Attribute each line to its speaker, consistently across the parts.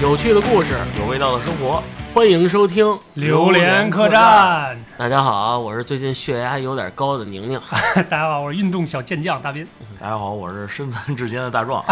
Speaker 1: 有趣的故事，
Speaker 2: 有味道的生活，
Speaker 1: 欢迎收听。
Speaker 3: 榴莲客栈，
Speaker 1: 大家好啊，我是最近血压有点高的宁宁。
Speaker 3: 大家好，我是运动小健将大斌。
Speaker 2: 大家好，我是身残志坚的大壮。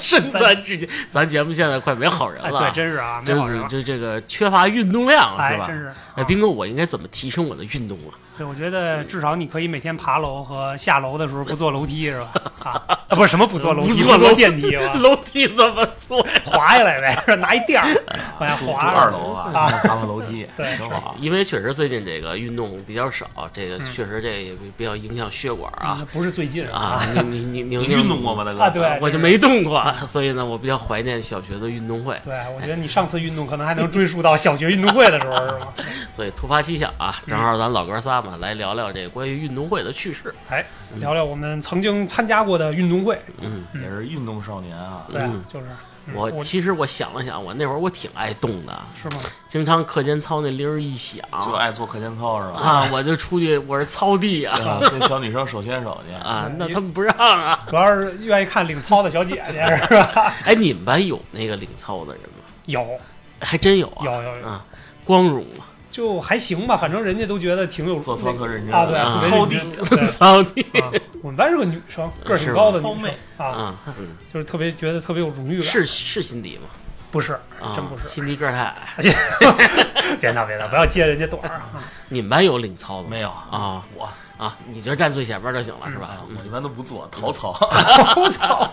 Speaker 1: 身残志坚，咱节目现在快没好人
Speaker 3: 哎，
Speaker 1: 了啊，
Speaker 3: 对，真是啊，没
Speaker 1: 真
Speaker 3: 好
Speaker 1: 是
Speaker 3: 人，
Speaker 1: 就这个缺乏运动量
Speaker 3: 哎
Speaker 1: 是，吧
Speaker 3: 真？是。
Speaker 1: 哎，斌哥，我应该怎么提升我的运动啊？
Speaker 3: 对，我觉得至少你可以每天爬楼和下楼的时候不坐楼梯是吧？ 啊，啊不是什么不坐楼
Speaker 1: 不
Speaker 3: 梯，
Speaker 1: 坐楼？
Speaker 3: 不坐电梯吧
Speaker 1: 楼梯怎么做？
Speaker 3: 滑下来呗，是吧拿一垫 儿往下
Speaker 2: 住住
Speaker 3: 滑。
Speaker 2: 二楼啊，
Speaker 3: 啊
Speaker 2: 爬爬楼梯，
Speaker 3: 对
Speaker 2: 挺好。
Speaker 1: 因为确实最近这个运动比较少，这个确实这也比较影响血管啊
Speaker 3: 嗯，不是最近
Speaker 1: 啊！
Speaker 3: 啊，
Speaker 1: 你你你宁
Speaker 2: 你
Speaker 1: 宁
Speaker 2: 运动过吗，大哥？
Speaker 3: 啊对
Speaker 1: 我就没动过，所以呢，我比较怀念小学的运动会。
Speaker 3: 对，我觉得你上次运动可能还能追溯到小学运动会的时候是 吗？
Speaker 1: 所以突发奇想啊，
Speaker 3: 嗯
Speaker 1: 正好咱老哥仨嘛，来聊聊这关于运动会的趣事。
Speaker 3: 哎，聊聊我们曾经参加过的运动会，
Speaker 1: 嗯，
Speaker 2: 也是运动少年啊。
Speaker 3: 对
Speaker 1: 嗯，
Speaker 3: 就是嗯
Speaker 1: 我
Speaker 3: 我嗯
Speaker 1: 其实我想了想，我那会儿我挺爱动的，
Speaker 3: 是吗？
Speaker 1: 经常课间操那铃儿一响
Speaker 2: 就爱做课间操是吧？
Speaker 1: 啊，我就出去，我是操地啊
Speaker 2: 啊，跟小女生手牵手去。
Speaker 1: 啊，
Speaker 3: 嗯
Speaker 1: 那
Speaker 3: 你
Speaker 1: 他们不让啊。
Speaker 3: 主要是愿意看领操的小姐姐是吧？
Speaker 1: 哎，你们班有那个领操的人吗？
Speaker 3: 有
Speaker 1: 还真有啊，
Speaker 3: 有有有，
Speaker 1: 啊，光荣啊，
Speaker 3: 就还行吧，反正人家都觉得挺有
Speaker 2: 做操特认真
Speaker 3: 啊，对，
Speaker 1: 啊
Speaker 3: 特别
Speaker 2: 操
Speaker 3: 认真对
Speaker 1: 操地
Speaker 3: 啊我们班是个女生，个儿
Speaker 1: 是
Speaker 3: 挺
Speaker 1: 吗
Speaker 3: 高的
Speaker 2: 操
Speaker 3: 女
Speaker 2: 妹
Speaker 3: 生啊，
Speaker 1: 啊，嗯
Speaker 3: 就是特别觉得特别有荣誉感。
Speaker 1: 是是辛迪吗？
Speaker 3: 不是？
Speaker 1: 啊，
Speaker 3: 真不是。
Speaker 1: 辛迪个儿太矮。
Speaker 3: 别闹别闹，不要揭人家短儿啊。
Speaker 1: 你们班有领操的吗？
Speaker 2: 没有
Speaker 1: 啊嗯
Speaker 2: 我
Speaker 1: 啊，你就站最前面就行了，是吧？
Speaker 3: 嗯
Speaker 1: 嗯
Speaker 2: 我一般都不做，逃操。
Speaker 1: 啊
Speaker 3: 我操！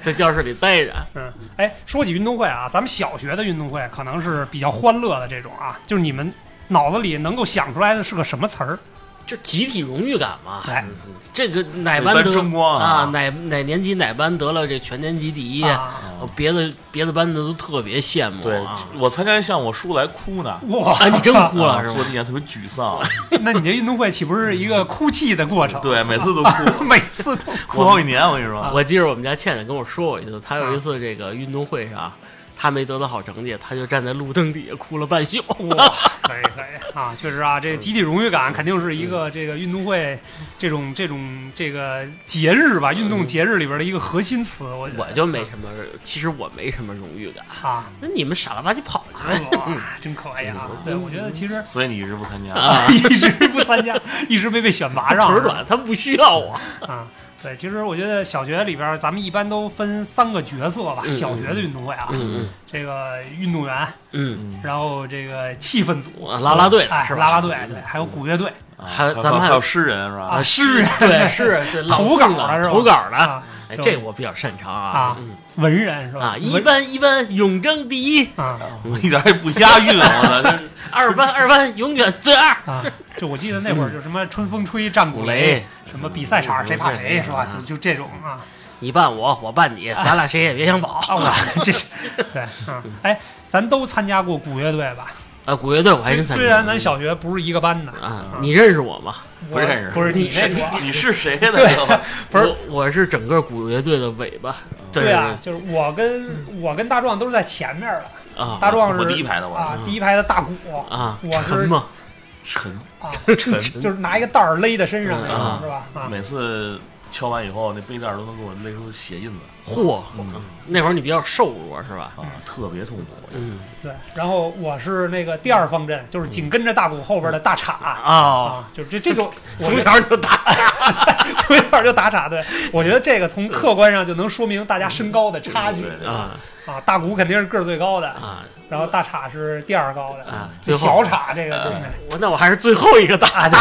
Speaker 1: 在教室里待着。
Speaker 3: 嗯，哎，说起运动会啊，咱们小学的运动会可能是比较欢乐的这种啊，就是你们脑子里能够想出来的是个什么词儿？
Speaker 1: 就集体荣誉感嘛。
Speaker 3: 哎
Speaker 1: 这个哪班
Speaker 2: 这
Speaker 1: 得
Speaker 2: 班争光啊
Speaker 1: 啊？哪哪年级哪班得了这全年级第一？
Speaker 3: 啊，
Speaker 1: 哦别的别的班的都特别羡慕
Speaker 2: 对
Speaker 1: 啊。，
Speaker 2: 我参加一项我输来哭呢，
Speaker 3: 哇，
Speaker 1: 啊，你真哭了
Speaker 2: 啊
Speaker 1: 是
Speaker 2: 坐
Speaker 1: 吧？啊
Speaker 2: 地下特别沮丧，
Speaker 3: 那你这运动会岂不是一个哭泣的过程？，
Speaker 2: 对，每次都哭，
Speaker 3: 每次都
Speaker 2: 哭好几年，我跟你
Speaker 3: 啊
Speaker 2: 说。
Speaker 1: 我记着我们家倩倩跟我说过一次，她有一次这个运动会上，她没得到好成绩，她就站在路灯底下哭了半宿。
Speaker 3: 哇， 可以可以啊，确实啊，这集体荣誉感肯定是一个这个运动会这种这种这个节日吧，运动节日里边的一个核心词，我觉 得
Speaker 1: 我就没什么，其实我没什么荣誉感。
Speaker 3: 啊，
Speaker 1: 那你们傻了吧唧跑了，
Speaker 3: 哇，真可爱
Speaker 1: 嗯
Speaker 3: 啊！对，我觉得其实
Speaker 2: 所以你一直不参加，
Speaker 1: 啊
Speaker 3: 一直不参加， 一直没被选拔 上，
Speaker 1: 腿儿短，他不需要我。
Speaker 3: 啊。对，其实我觉得小学里边，咱们一般都分三个角色吧。
Speaker 1: 嗯
Speaker 3: 小学的运动会啊，
Speaker 1: 嗯
Speaker 3: 这个运动员，
Speaker 1: 嗯
Speaker 3: 然后这个气氛组，
Speaker 1: 嗯，拉拉队的
Speaker 3: 哎，
Speaker 1: 是吧？嗯
Speaker 3: 啦啦队，对，还有鼓乐队
Speaker 2: 啊
Speaker 1: 还咱们还
Speaker 2: 还有诗人是吧
Speaker 1: 啊，？
Speaker 3: 诗人
Speaker 1: 对是对朗
Speaker 3: 投稿
Speaker 1: 诵的
Speaker 3: 的是吧
Speaker 1: 投稿的。
Speaker 3: 啊，
Speaker 1: 哎，
Speaker 3: 对
Speaker 1: 这我比较擅长啊
Speaker 3: 啊
Speaker 1: 嗯
Speaker 3: 文人是吧？
Speaker 1: 啊！一
Speaker 3: 文
Speaker 1: 班一班永争第一，
Speaker 3: 啊。
Speaker 2: 我一点也不押韵，我操！这
Speaker 1: 二班二班永远最二。
Speaker 3: 啊，就我记得那会儿就什么春风吹，战鼓
Speaker 1: 嗯鼓擂，
Speaker 3: 什么比赛场谁怕谁是吧？
Speaker 1: 嗯
Speaker 3: 就就这种啊
Speaker 1: 你办我，我办你，
Speaker 3: 哎
Speaker 1: 咱俩谁也别想跑。
Speaker 3: 啊，我这是对啊，哎，咱都参加过鼓乐队吧？
Speaker 1: 啊，鼓乐队我还真参加
Speaker 3: 虽 然咱小学不是一个班的，
Speaker 1: 啊
Speaker 3: 啊，
Speaker 1: 你认识我吗？
Speaker 3: 我
Speaker 2: 不认识
Speaker 3: 不是你那 啊
Speaker 1: 你
Speaker 3: 种
Speaker 2: 你是谁的？知道吗
Speaker 3: 不是
Speaker 1: 我，我是整个鼓乐队的尾巴。
Speaker 3: 对啊，
Speaker 1: 对嗯
Speaker 3: 就是我跟我跟大壮都是在前面的，
Speaker 1: 对啊，
Speaker 3: 大壮
Speaker 2: 我
Speaker 3: 是
Speaker 2: 第一排的我
Speaker 3: 啊，第一排的大鼓
Speaker 1: 嗯啊，
Speaker 3: 我是
Speaker 1: 沉嘛，
Speaker 2: 陈，
Speaker 3: 啊，
Speaker 2: 沉
Speaker 3: 就是拿一个袋儿勒在身上那
Speaker 1: 嗯
Speaker 3: 种是吧？啊，
Speaker 2: 每次敲完以后，那背带儿都能给我勒出血印子
Speaker 1: 嚯
Speaker 2: 嗯！
Speaker 1: 那会儿你比较瘦弱是吧？
Speaker 2: 啊，特别痛苦。
Speaker 1: 嗯
Speaker 3: 对，然后我是那个第二方阵，就是紧跟着大鼓后边的大叉
Speaker 1: 哦，
Speaker 3: 啊，就这这种我
Speaker 1: 从小就打
Speaker 3: 从小就打 岔，对我觉得这个从客观上就能说明大家身高的差距
Speaker 2: 对对
Speaker 1: 啊
Speaker 3: 啊。大鼓肯定是个儿最高的，
Speaker 1: 啊！
Speaker 3: 然后大叉是第二高的
Speaker 1: 啊
Speaker 3: 就
Speaker 1: 最后啊
Speaker 3: 小叉这个就是
Speaker 1: 我那我还是最后一个打
Speaker 3: 啊
Speaker 1: 的。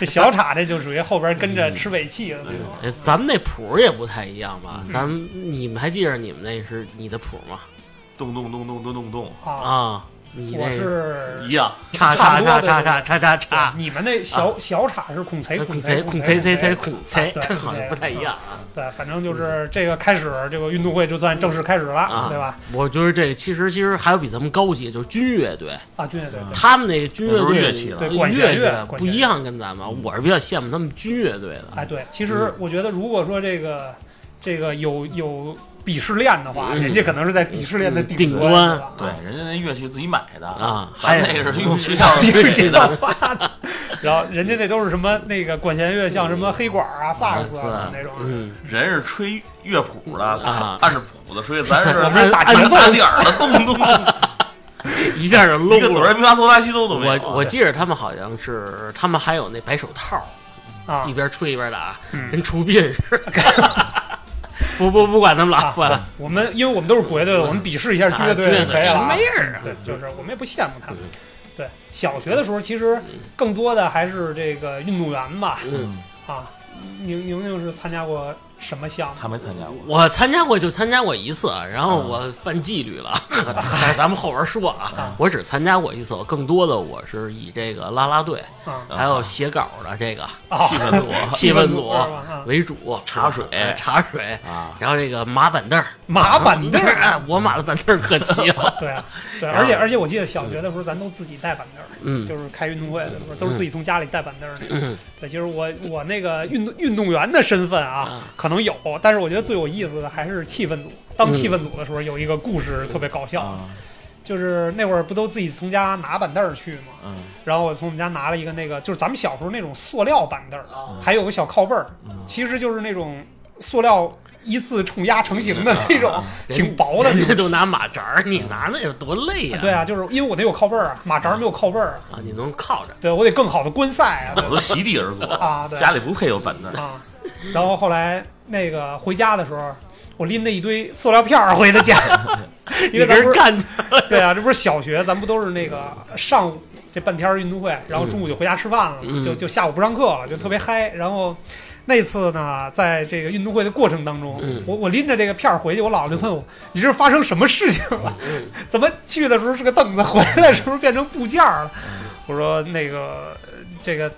Speaker 3: 这小叉这就属于后边跟着吃尾气的那种。
Speaker 1: 嗯哎咱们那谱儿也不太一样
Speaker 3: 嗯
Speaker 1: 吧？咱们你们还记着你们那是你的谱吗？
Speaker 2: 咚咚咚咚咚咚咚，
Speaker 3: 啊，
Speaker 1: 啊，你
Speaker 3: 我
Speaker 1: 那
Speaker 3: 是
Speaker 2: 一样。
Speaker 1: 叉叉叉叉叉叉叉叉，
Speaker 3: 你们那小小叉是孔贼
Speaker 1: 啊孔
Speaker 3: 贼
Speaker 1: 贼孔
Speaker 3: 贼
Speaker 1: 贼贼贼
Speaker 3: 贼
Speaker 1: 孔贼，
Speaker 3: 对
Speaker 1: 这好像不太一样啊。
Speaker 3: 对，反正就是这个开始，这个运动会就算正式开始
Speaker 1: 啊
Speaker 3: 了，对吧？
Speaker 1: 我觉得这个其实其实还有比咱们高级，就是军乐队，
Speaker 3: 啊，军乐队对
Speaker 1: 他们那个军乐
Speaker 2: 那都
Speaker 1: 队
Speaker 2: 是乐器了
Speaker 1: 对
Speaker 3: 对管弦乐
Speaker 1: 乐器啊
Speaker 3: 管
Speaker 1: 不
Speaker 3: 弦乐
Speaker 1: 一样，跟咱们。我是比较羡慕他们军乐队的。
Speaker 3: 哎，对，其实我觉得，如果说这个这个有有鄙视链的话，
Speaker 1: 嗯
Speaker 3: 人家可能是在鄙视链的
Speaker 1: 嗯
Speaker 3: 顶
Speaker 1: 顶端
Speaker 3: 是吧
Speaker 2: 对，人家那乐器自己买的
Speaker 1: 啊
Speaker 2: 咱
Speaker 1: 还
Speaker 2: 那
Speaker 1: 有
Speaker 2: 个是用学 校
Speaker 1: 学
Speaker 2: 学
Speaker 1: 校
Speaker 2: 的，
Speaker 3: 然后人家那都是什么那个管
Speaker 1: 嗯
Speaker 3: 弦乐，像什么黑管啊、萨克斯
Speaker 1: 是
Speaker 3: 啊那种。
Speaker 1: 嗯，
Speaker 2: 人是吹乐谱的
Speaker 1: 啊，
Speaker 2: 按着谱鼓的，所以咱是
Speaker 1: 我们是
Speaker 2: 打
Speaker 1: 打
Speaker 2: 拳
Speaker 1: 拳
Speaker 2: 打点儿的，动不动
Speaker 1: 一下就
Speaker 2: 一个
Speaker 1: 漏
Speaker 2: 哆来
Speaker 1: 了。
Speaker 2: 咪发嗦拉西哆都没有啊。
Speaker 1: 我我记着他们好像是，他们还有那白手套，
Speaker 3: 啊
Speaker 1: 一，边吹一边打，
Speaker 3: 嗯
Speaker 1: 跟除病似的。 不不不管他们了，不管他们
Speaker 3: 我们因为我们都是国家队的，我们鄙视一下
Speaker 1: 啊
Speaker 3: 军乐队
Speaker 1: 军乐
Speaker 3: 就可以
Speaker 1: 队
Speaker 3: 了
Speaker 1: 什么
Speaker 3: 啊。
Speaker 1: 样儿啊？
Speaker 3: 对，就是我们也不羡慕他们
Speaker 1: 嗯。
Speaker 3: 对，小学的时候其实更多的还是这个运动员吧。
Speaker 1: 嗯，
Speaker 3: 啊，宁宁宁是参加过什么项目？
Speaker 2: 他没参加过，
Speaker 1: 我参加过就参加过一次，然后
Speaker 2: 嗯
Speaker 1: 我犯纪律 了，但是咱们后边说
Speaker 3: 嗯
Speaker 1: 啊。我只参加过一次，更多的我是以这个啦啦队
Speaker 3: 啊
Speaker 1: 还有写稿的这个
Speaker 3: 啊，
Speaker 2: 气 氛多
Speaker 1: 气氛组
Speaker 3: 是吧啊
Speaker 1: 为主，
Speaker 2: 茶水
Speaker 1: 哎茶水，
Speaker 2: 啊，
Speaker 1: 然后这个马板凳儿，
Speaker 3: 马板凳 儿。
Speaker 1: 哎我马的板凳儿可齐 了，
Speaker 3: 对啊，对，
Speaker 1: 然后
Speaker 3: 而且而且我记得小学的时候，咱都自己带板凳儿，
Speaker 1: 嗯
Speaker 3: 就是开运动会的时候，都是自己从家里带板凳儿那种。
Speaker 1: 嗯
Speaker 3: 对，其实我我那个运动运动员的身份啊
Speaker 1: 啊，
Speaker 3: 可能有，但是我觉得最有意思的还是气氛组。当
Speaker 1: 嗯
Speaker 3: 气氛组的时候，有一个故事特别搞笑，
Speaker 2: 啊
Speaker 3: 就是那会儿不都自己从家拿板凳儿去吗？
Speaker 1: 啊
Speaker 2: 嗯
Speaker 3: 然后我从我们家拿了一个那个，就是咱们小时候那种塑料板凳儿，
Speaker 1: 啊
Speaker 3: 还有个小靠背儿，
Speaker 2: 嗯
Speaker 3: 其实就是那种塑料依次冲压成型的那种，
Speaker 1: 人
Speaker 3: 挺薄的那
Speaker 1: 啊人家
Speaker 3: 种。
Speaker 1: 都拿马扎儿，你拿那有多累呀？
Speaker 3: 对啊，就是因为我得有靠背儿啊，马扎儿没有靠背儿啊，
Speaker 1: 啊，你能靠着，
Speaker 3: 对我得更好的观 赛啊，
Speaker 2: 我都席地而坐
Speaker 3: 对啊，对
Speaker 2: 家里不配有板凳。
Speaker 3: 啊。然后后来那个回家的时候，我拎着一堆塑料片儿回 的家，
Speaker 1: 你
Speaker 3: 因为
Speaker 1: 跟
Speaker 3: 咱不
Speaker 1: 人
Speaker 3: 是
Speaker 1: 干去，
Speaker 3: 对啊，这不是小学，咱不都是那个上午这半天儿运动会，然后中午就回家吃饭了，
Speaker 1: 嗯
Speaker 3: 就就下午不上课了，就特别嗨。然后那次呢，在这个运动会的过程当中，
Speaker 1: 嗯
Speaker 3: 我我拎着这个片儿回去，我姥姥就问我：“你这是发生什么事情了？
Speaker 1: 嗯
Speaker 3: 怎么去的时候是个凳子，回来的时候变成部件儿了？”
Speaker 1: 嗯
Speaker 3: 我说：“那个呃这个。”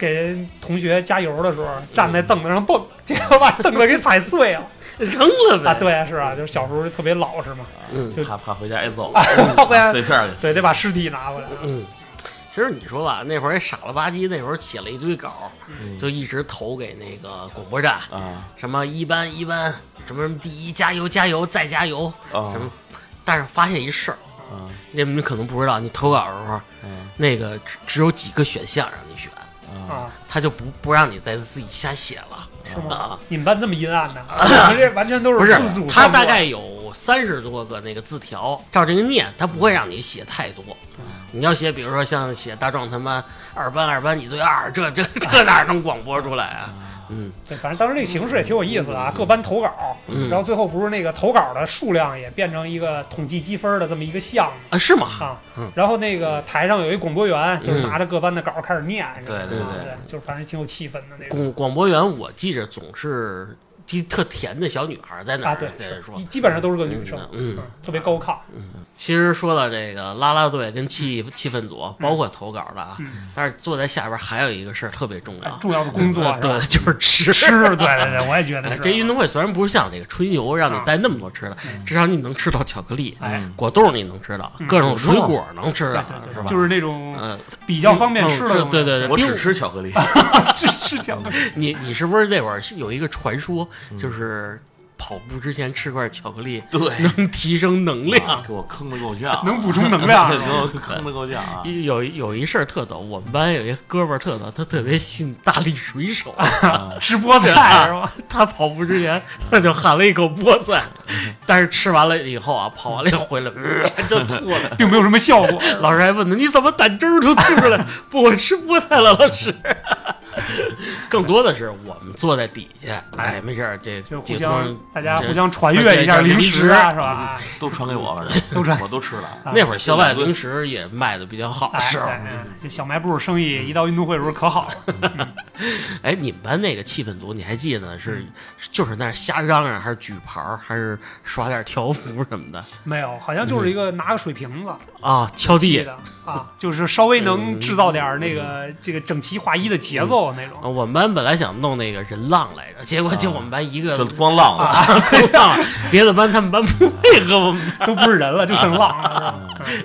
Speaker 3: 给人同学加油的时候，站在凳子上蹦，结果把凳子给踩碎了
Speaker 1: 扔了呗。
Speaker 3: 啊！，对啊，是啊，就是小时候就特别老实嘛，
Speaker 1: 嗯
Speaker 3: 就
Speaker 2: 怕怕回家挨揍，
Speaker 3: 要不然
Speaker 2: 碎片儿给
Speaker 3: 对，得把尸体拿回来啊。
Speaker 1: 嗯。其实你说吧，那会儿也傻了吧唧，那会儿写了一堆稿，
Speaker 2: 嗯
Speaker 1: 就一直投给那个广播站，
Speaker 2: 啊
Speaker 1: 什么一班一班，什么什么第一，加油加油再加油，
Speaker 2: 啊
Speaker 1: 什么？但是发现一事儿，
Speaker 2: 啊
Speaker 1: 你们可能不知道，你投稿的时候，
Speaker 2: 啊
Speaker 1: 那个只只有几个选项让你选，嗯
Speaker 2: 啊！
Speaker 3: 啊，
Speaker 1: 他就不不让你再自己瞎写了
Speaker 3: 是吗？
Speaker 1: 啊。
Speaker 3: 你们班这么阴 暗呢？我们这完全都
Speaker 1: 不
Speaker 3: 是
Speaker 1: 是
Speaker 3: 自主，
Speaker 1: 他
Speaker 3: 创作
Speaker 1: 大概有三十多个那个字条，照这个念，他不会让你写太多。你要写，比如说像写大壮他妈二班二班你最二，这这这哪能广播出来啊？嗯
Speaker 3: 对，反正当时这个形式也挺有意思的啊，各班投稿，
Speaker 1: 嗯
Speaker 3: 然后最后不是那个投稿的数量也变成一个统计积分的这么一个项目。
Speaker 1: 啊，是吗？
Speaker 3: 啊
Speaker 1: 嗯，
Speaker 3: 然后那个台上有一广播员，就是
Speaker 1: 嗯
Speaker 3: 拿着各班的稿开始念，是吧
Speaker 2: 对对
Speaker 3: 啊
Speaker 2: 对
Speaker 3: 对，就是反正挺有气氛的那种
Speaker 1: 广广播员，我记着总是一特甜的小女孩在哪
Speaker 3: 啊，
Speaker 1: 儿
Speaker 3: 对，
Speaker 1: 在这说
Speaker 3: 基。基本上都是个女生，
Speaker 1: 嗯嗯
Speaker 3: 特别高亢，
Speaker 1: 其实说到这个啦啦队跟气气氛组，包括投稿的啊，
Speaker 3: 嗯，
Speaker 1: 但是坐在下边还有一个事儿特别重
Speaker 3: 哎
Speaker 1: 要，
Speaker 3: 重要的工作
Speaker 1: 呃
Speaker 3: 是吧
Speaker 1: 对，就是吃
Speaker 3: 吃， 对对对，我也觉得
Speaker 1: 哎，
Speaker 3: 是
Speaker 1: 这运动会虽然不是像这个春游让你带那么多吃的，至少你能吃到巧克力、
Speaker 3: 啊嗯哎
Speaker 1: 果冻，你能吃到
Speaker 3: 嗯
Speaker 1: 各种水果能吃
Speaker 3: 对
Speaker 1: 到，
Speaker 3: 对
Speaker 1: 是
Speaker 3: 对，
Speaker 1: 吧？
Speaker 3: 就是那种
Speaker 1: 嗯，
Speaker 3: 比较方便吃的
Speaker 1: 嗯
Speaker 3: 东
Speaker 1: 是
Speaker 3: 西，
Speaker 1: 对对对，
Speaker 2: 我
Speaker 1: 冰
Speaker 2: 只吃巧克 力，
Speaker 3: 是是巧克力。
Speaker 1: 你你是不是那会儿是有一个传说，就是跑步之前吃块巧克力
Speaker 2: 对，
Speaker 1: 能提升能量？
Speaker 2: 啊给我坑的够呛，
Speaker 3: 能补充能量是
Speaker 2: 对
Speaker 3: 吧
Speaker 2: 给我坑的够呛啊！
Speaker 1: 有有一事儿特逗，我们班有一哥们儿特逗，他特别信大力水 手，
Speaker 2: 啊
Speaker 3: 吃菠菜是吧？
Speaker 1: 他跑步之前他就喊了一口菠菜，
Speaker 3: 嗯
Speaker 1: 但是吃完了以后啊，跑完了以后回来、呃就吐 了。
Speaker 3: 并没有什么效果。
Speaker 1: 老师还问他你怎么胆汁儿都吐 出来？不，我吃菠菜了，老师。更多的是我们坐在底下，哎，没事儿，这
Speaker 3: 就
Speaker 1: 这
Speaker 3: 互
Speaker 1: 托儿
Speaker 3: 相大家
Speaker 1: 这
Speaker 3: 互相传阅一下零食啊，是吧？
Speaker 2: 都传给我了，这
Speaker 3: 都传啊
Speaker 2: 我都吃了。
Speaker 1: 那会儿校外零食也卖的比较好，
Speaker 3: 哎，
Speaker 1: 是
Speaker 3: 对
Speaker 1: 吧？
Speaker 3: 哎这小卖部生意一到运动会的时候可好 了。
Speaker 1: 哎，你们班那个气氛组你还记得呢？是就是那儿瞎嚷嚷，还是举牌儿，还是耍点条幅什么的
Speaker 3: 没有，好像就是一个拿个水瓶子
Speaker 1: 啊？敲
Speaker 3: 记
Speaker 1: 地
Speaker 3: 的啊，就是稍微能制造点那
Speaker 1: 嗯
Speaker 3: 个这个整齐划一的节奏那
Speaker 1: 啊！
Speaker 3: 种。
Speaker 1: 我们班本来想弄那个人浪来着，结果就
Speaker 2: 啊
Speaker 1: 我们班一个 啊
Speaker 2: 这光浪了，
Speaker 1: 人浪了，别的班他们班不配合我们
Speaker 3: 都不是人了，就剩浪
Speaker 1: 啊
Speaker 3: 了，是吧？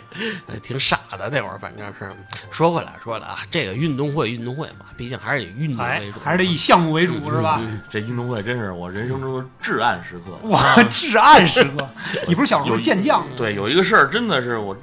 Speaker 1: 呃，挺傻的那会儿，反正是。说回来，说了啊，这个运动会，运动会嘛，毕竟还是以运动
Speaker 3: 哎
Speaker 1: 为主，，
Speaker 3: 还是得以项目为主，是吧？
Speaker 1: 嗯
Speaker 2: 这运动会真是我人生中的至暗时刻。
Speaker 3: 哇，
Speaker 1: 啊
Speaker 3: 至暗时 刻！你不是小时候
Speaker 2: 有
Speaker 3: 健将吗？
Speaker 2: 对，有一个事儿真的是我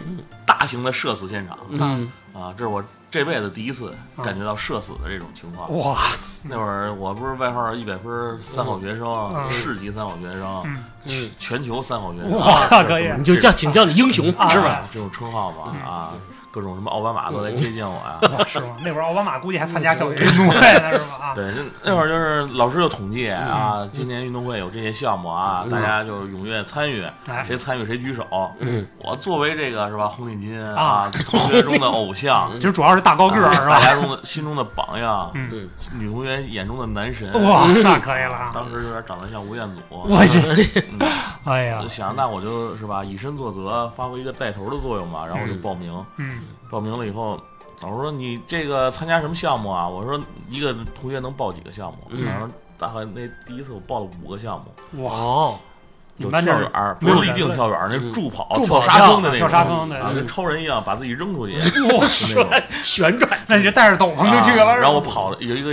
Speaker 2: 大型的社死现场
Speaker 1: 嗯
Speaker 2: 啊，这是我这辈子第一次感觉到社死的这种情况。
Speaker 3: 嗯哇，
Speaker 2: 那会儿我不是外号一百分三好学生，
Speaker 3: 嗯
Speaker 2: 市级三好学生，
Speaker 3: 嗯，
Speaker 1: 嗯，
Speaker 2: 全球三好学生。
Speaker 3: 哇
Speaker 2: 这种
Speaker 3: 可以
Speaker 1: 你就叫，请叫你英雄
Speaker 3: 啊
Speaker 2: 嗯
Speaker 1: 是吧？
Speaker 2: 这种称号
Speaker 3: 嗯
Speaker 2: 吧啊，各种什么奥巴马都来
Speaker 1: 嗯
Speaker 2: 接近我啊呀。
Speaker 3: 哇是吗？那会儿奥巴马估计还参加校园运动会呢，是吧？啊，
Speaker 2: 对，那那会儿就是老师就统计啊，
Speaker 3: 嗯
Speaker 2: 今年运动会有这些项目啊，大家就踊跃参与，
Speaker 3: 哎
Speaker 2: 谁参与谁举手。
Speaker 1: 嗯，
Speaker 2: 我作为这个是吧，红领巾
Speaker 3: 啊
Speaker 2: 同学中的偶像，啊
Speaker 3: 其实主要是大 高个儿，是
Speaker 2: 大
Speaker 3: 吧？
Speaker 2: 家中的心中的榜样，
Speaker 3: 嗯
Speaker 1: 嗯
Speaker 2: 女同学眼中的男神。
Speaker 3: 哇，那可以了啊！
Speaker 2: 当时有点长得像吴彦祖，
Speaker 3: 我去，
Speaker 2: 嗯
Speaker 3: 哎呀
Speaker 2: 我就，想，那我就是吧，以身作则，发挥一个带头的作用吧。然后我就报名，
Speaker 3: 嗯，
Speaker 2: 报名了以后，老师说你这个参加什么项目啊？我说一个同学能报几个项目？
Speaker 1: 嗯
Speaker 2: 然后大概那第一次我报了五个项目，
Speaker 3: 哇，
Speaker 1: 哦，
Speaker 3: 你
Speaker 2: 有
Speaker 3: 们班
Speaker 2: 跳
Speaker 3: 这
Speaker 2: 远儿，
Speaker 3: 没
Speaker 2: 不
Speaker 3: 有
Speaker 2: 是立
Speaker 3: 人
Speaker 2: 定
Speaker 3: 类
Speaker 2: 跳远儿，那
Speaker 1: 嗯
Speaker 2: 助跑、
Speaker 3: 助
Speaker 2: 跳
Speaker 3: 跑
Speaker 2: 沙
Speaker 3: 跳
Speaker 2: 坑的那
Speaker 3: 跳
Speaker 2: 种，
Speaker 3: 沙坑嗯对
Speaker 2: 啊，
Speaker 1: 对
Speaker 2: 跟超人一样把自己扔出去。
Speaker 3: 哇，
Speaker 2: 那种
Speaker 1: 旋转，
Speaker 3: 那你就带着斗篷就去了，
Speaker 2: 啊
Speaker 3: 是吧
Speaker 2: 然后我跑了有一个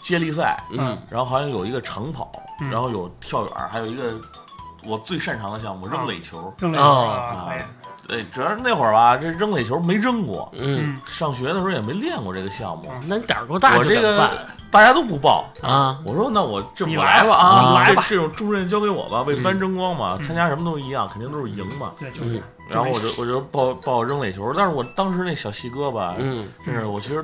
Speaker 2: 接力赛，
Speaker 1: 嗯
Speaker 2: 然后好像有一个长跑，
Speaker 3: 嗯
Speaker 2: 然后有跳远儿，还有一个我最擅长的项目扔垒
Speaker 3: 嗯
Speaker 2: 球。
Speaker 3: 扔了一
Speaker 1: 哦
Speaker 3: 啊，可以，
Speaker 2: 哎，主要是那会儿吧，这扔垒球没扔过，
Speaker 1: 嗯，
Speaker 3: 嗯，
Speaker 2: 上学的时候也没练过这个项目。
Speaker 1: 那你胆儿够大
Speaker 2: 我
Speaker 1: 就
Speaker 2: 这
Speaker 1: 敢办
Speaker 2: 个大家都不报，
Speaker 1: 啊，
Speaker 2: 我说那我这
Speaker 3: 你
Speaker 2: 我
Speaker 3: 来
Speaker 2: 吧
Speaker 1: 你
Speaker 2: 啊，
Speaker 1: 来
Speaker 2: 这这种重任交给我吧，为
Speaker 1: 嗯
Speaker 2: 班争光嘛，
Speaker 3: 嗯
Speaker 2: 参加什么都一样，肯定都是赢嘛。
Speaker 3: 对，就是这
Speaker 1: 嗯
Speaker 3: 样。
Speaker 2: 然后我就我就报报扔垒球，但是我当时那小细胳膊，
Speaker 1: 嗯，
Speaker 2: 真是我其实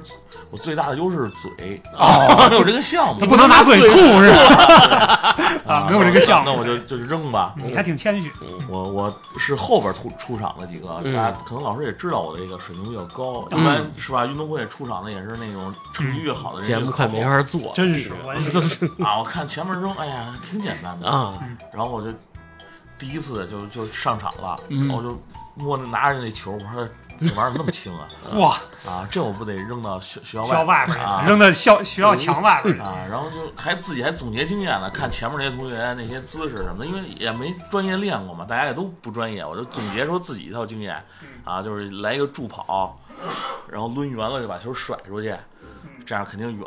Speaker 2: 我最大的优势是嘴，
Speaker 3: 哦，
Speaker 2: 没有这个项目
Speaker 3: 他不能拿嘴吐是吧？啊，没有这个项目，嗯
Speaker 2: 那我就就扔吧。
Speaker 3: 你还挺谦虚，
Speaker 2: 我我是后边出出场的几个，
Speaker 1: 嗯
Speaker 2: 大家可能老师也知道我的这个水平比较高，
Speaker 1: 嗯
Speaker 2: 一般是吧？运动会出场的也是那种成绩越好的人
Speaker 1: 嗯节目快没
Speaker 2: 没
Speaker 1: 法做，
Speaker 3: 真是我也
Speaker 1: 这是
Speaker 2: 啊！我看前面扔，哎呀，挺简单 的，
Speaker 1: 啊，
Speaker 2: 然后我就第一次就就上场了，
Speaker 1: 嗯
Speaker 2: 然后就摸着拿着那球，我说这玩意儿怎么那么轻啊？
Speaker 3: 哇，
Speaker 2: 啊，这我不得扔到学学校
Speaker 3: 学校外边
Speaker 2: 啊
Speaker 3: 儿去，扔到校学校墙外边儿去。
Speaker 2: 啊，然后就还自己还总结经验呢，看前面那些同学那些姿势什么的，因为也没专业练过嘛，大家也都不专业，我就总结出自己一套经验
Speaker 3: 嗯，
Speaker 2: 啊，就是来一个助跑，然后抡圆了就把球甩出去，这样肯定远。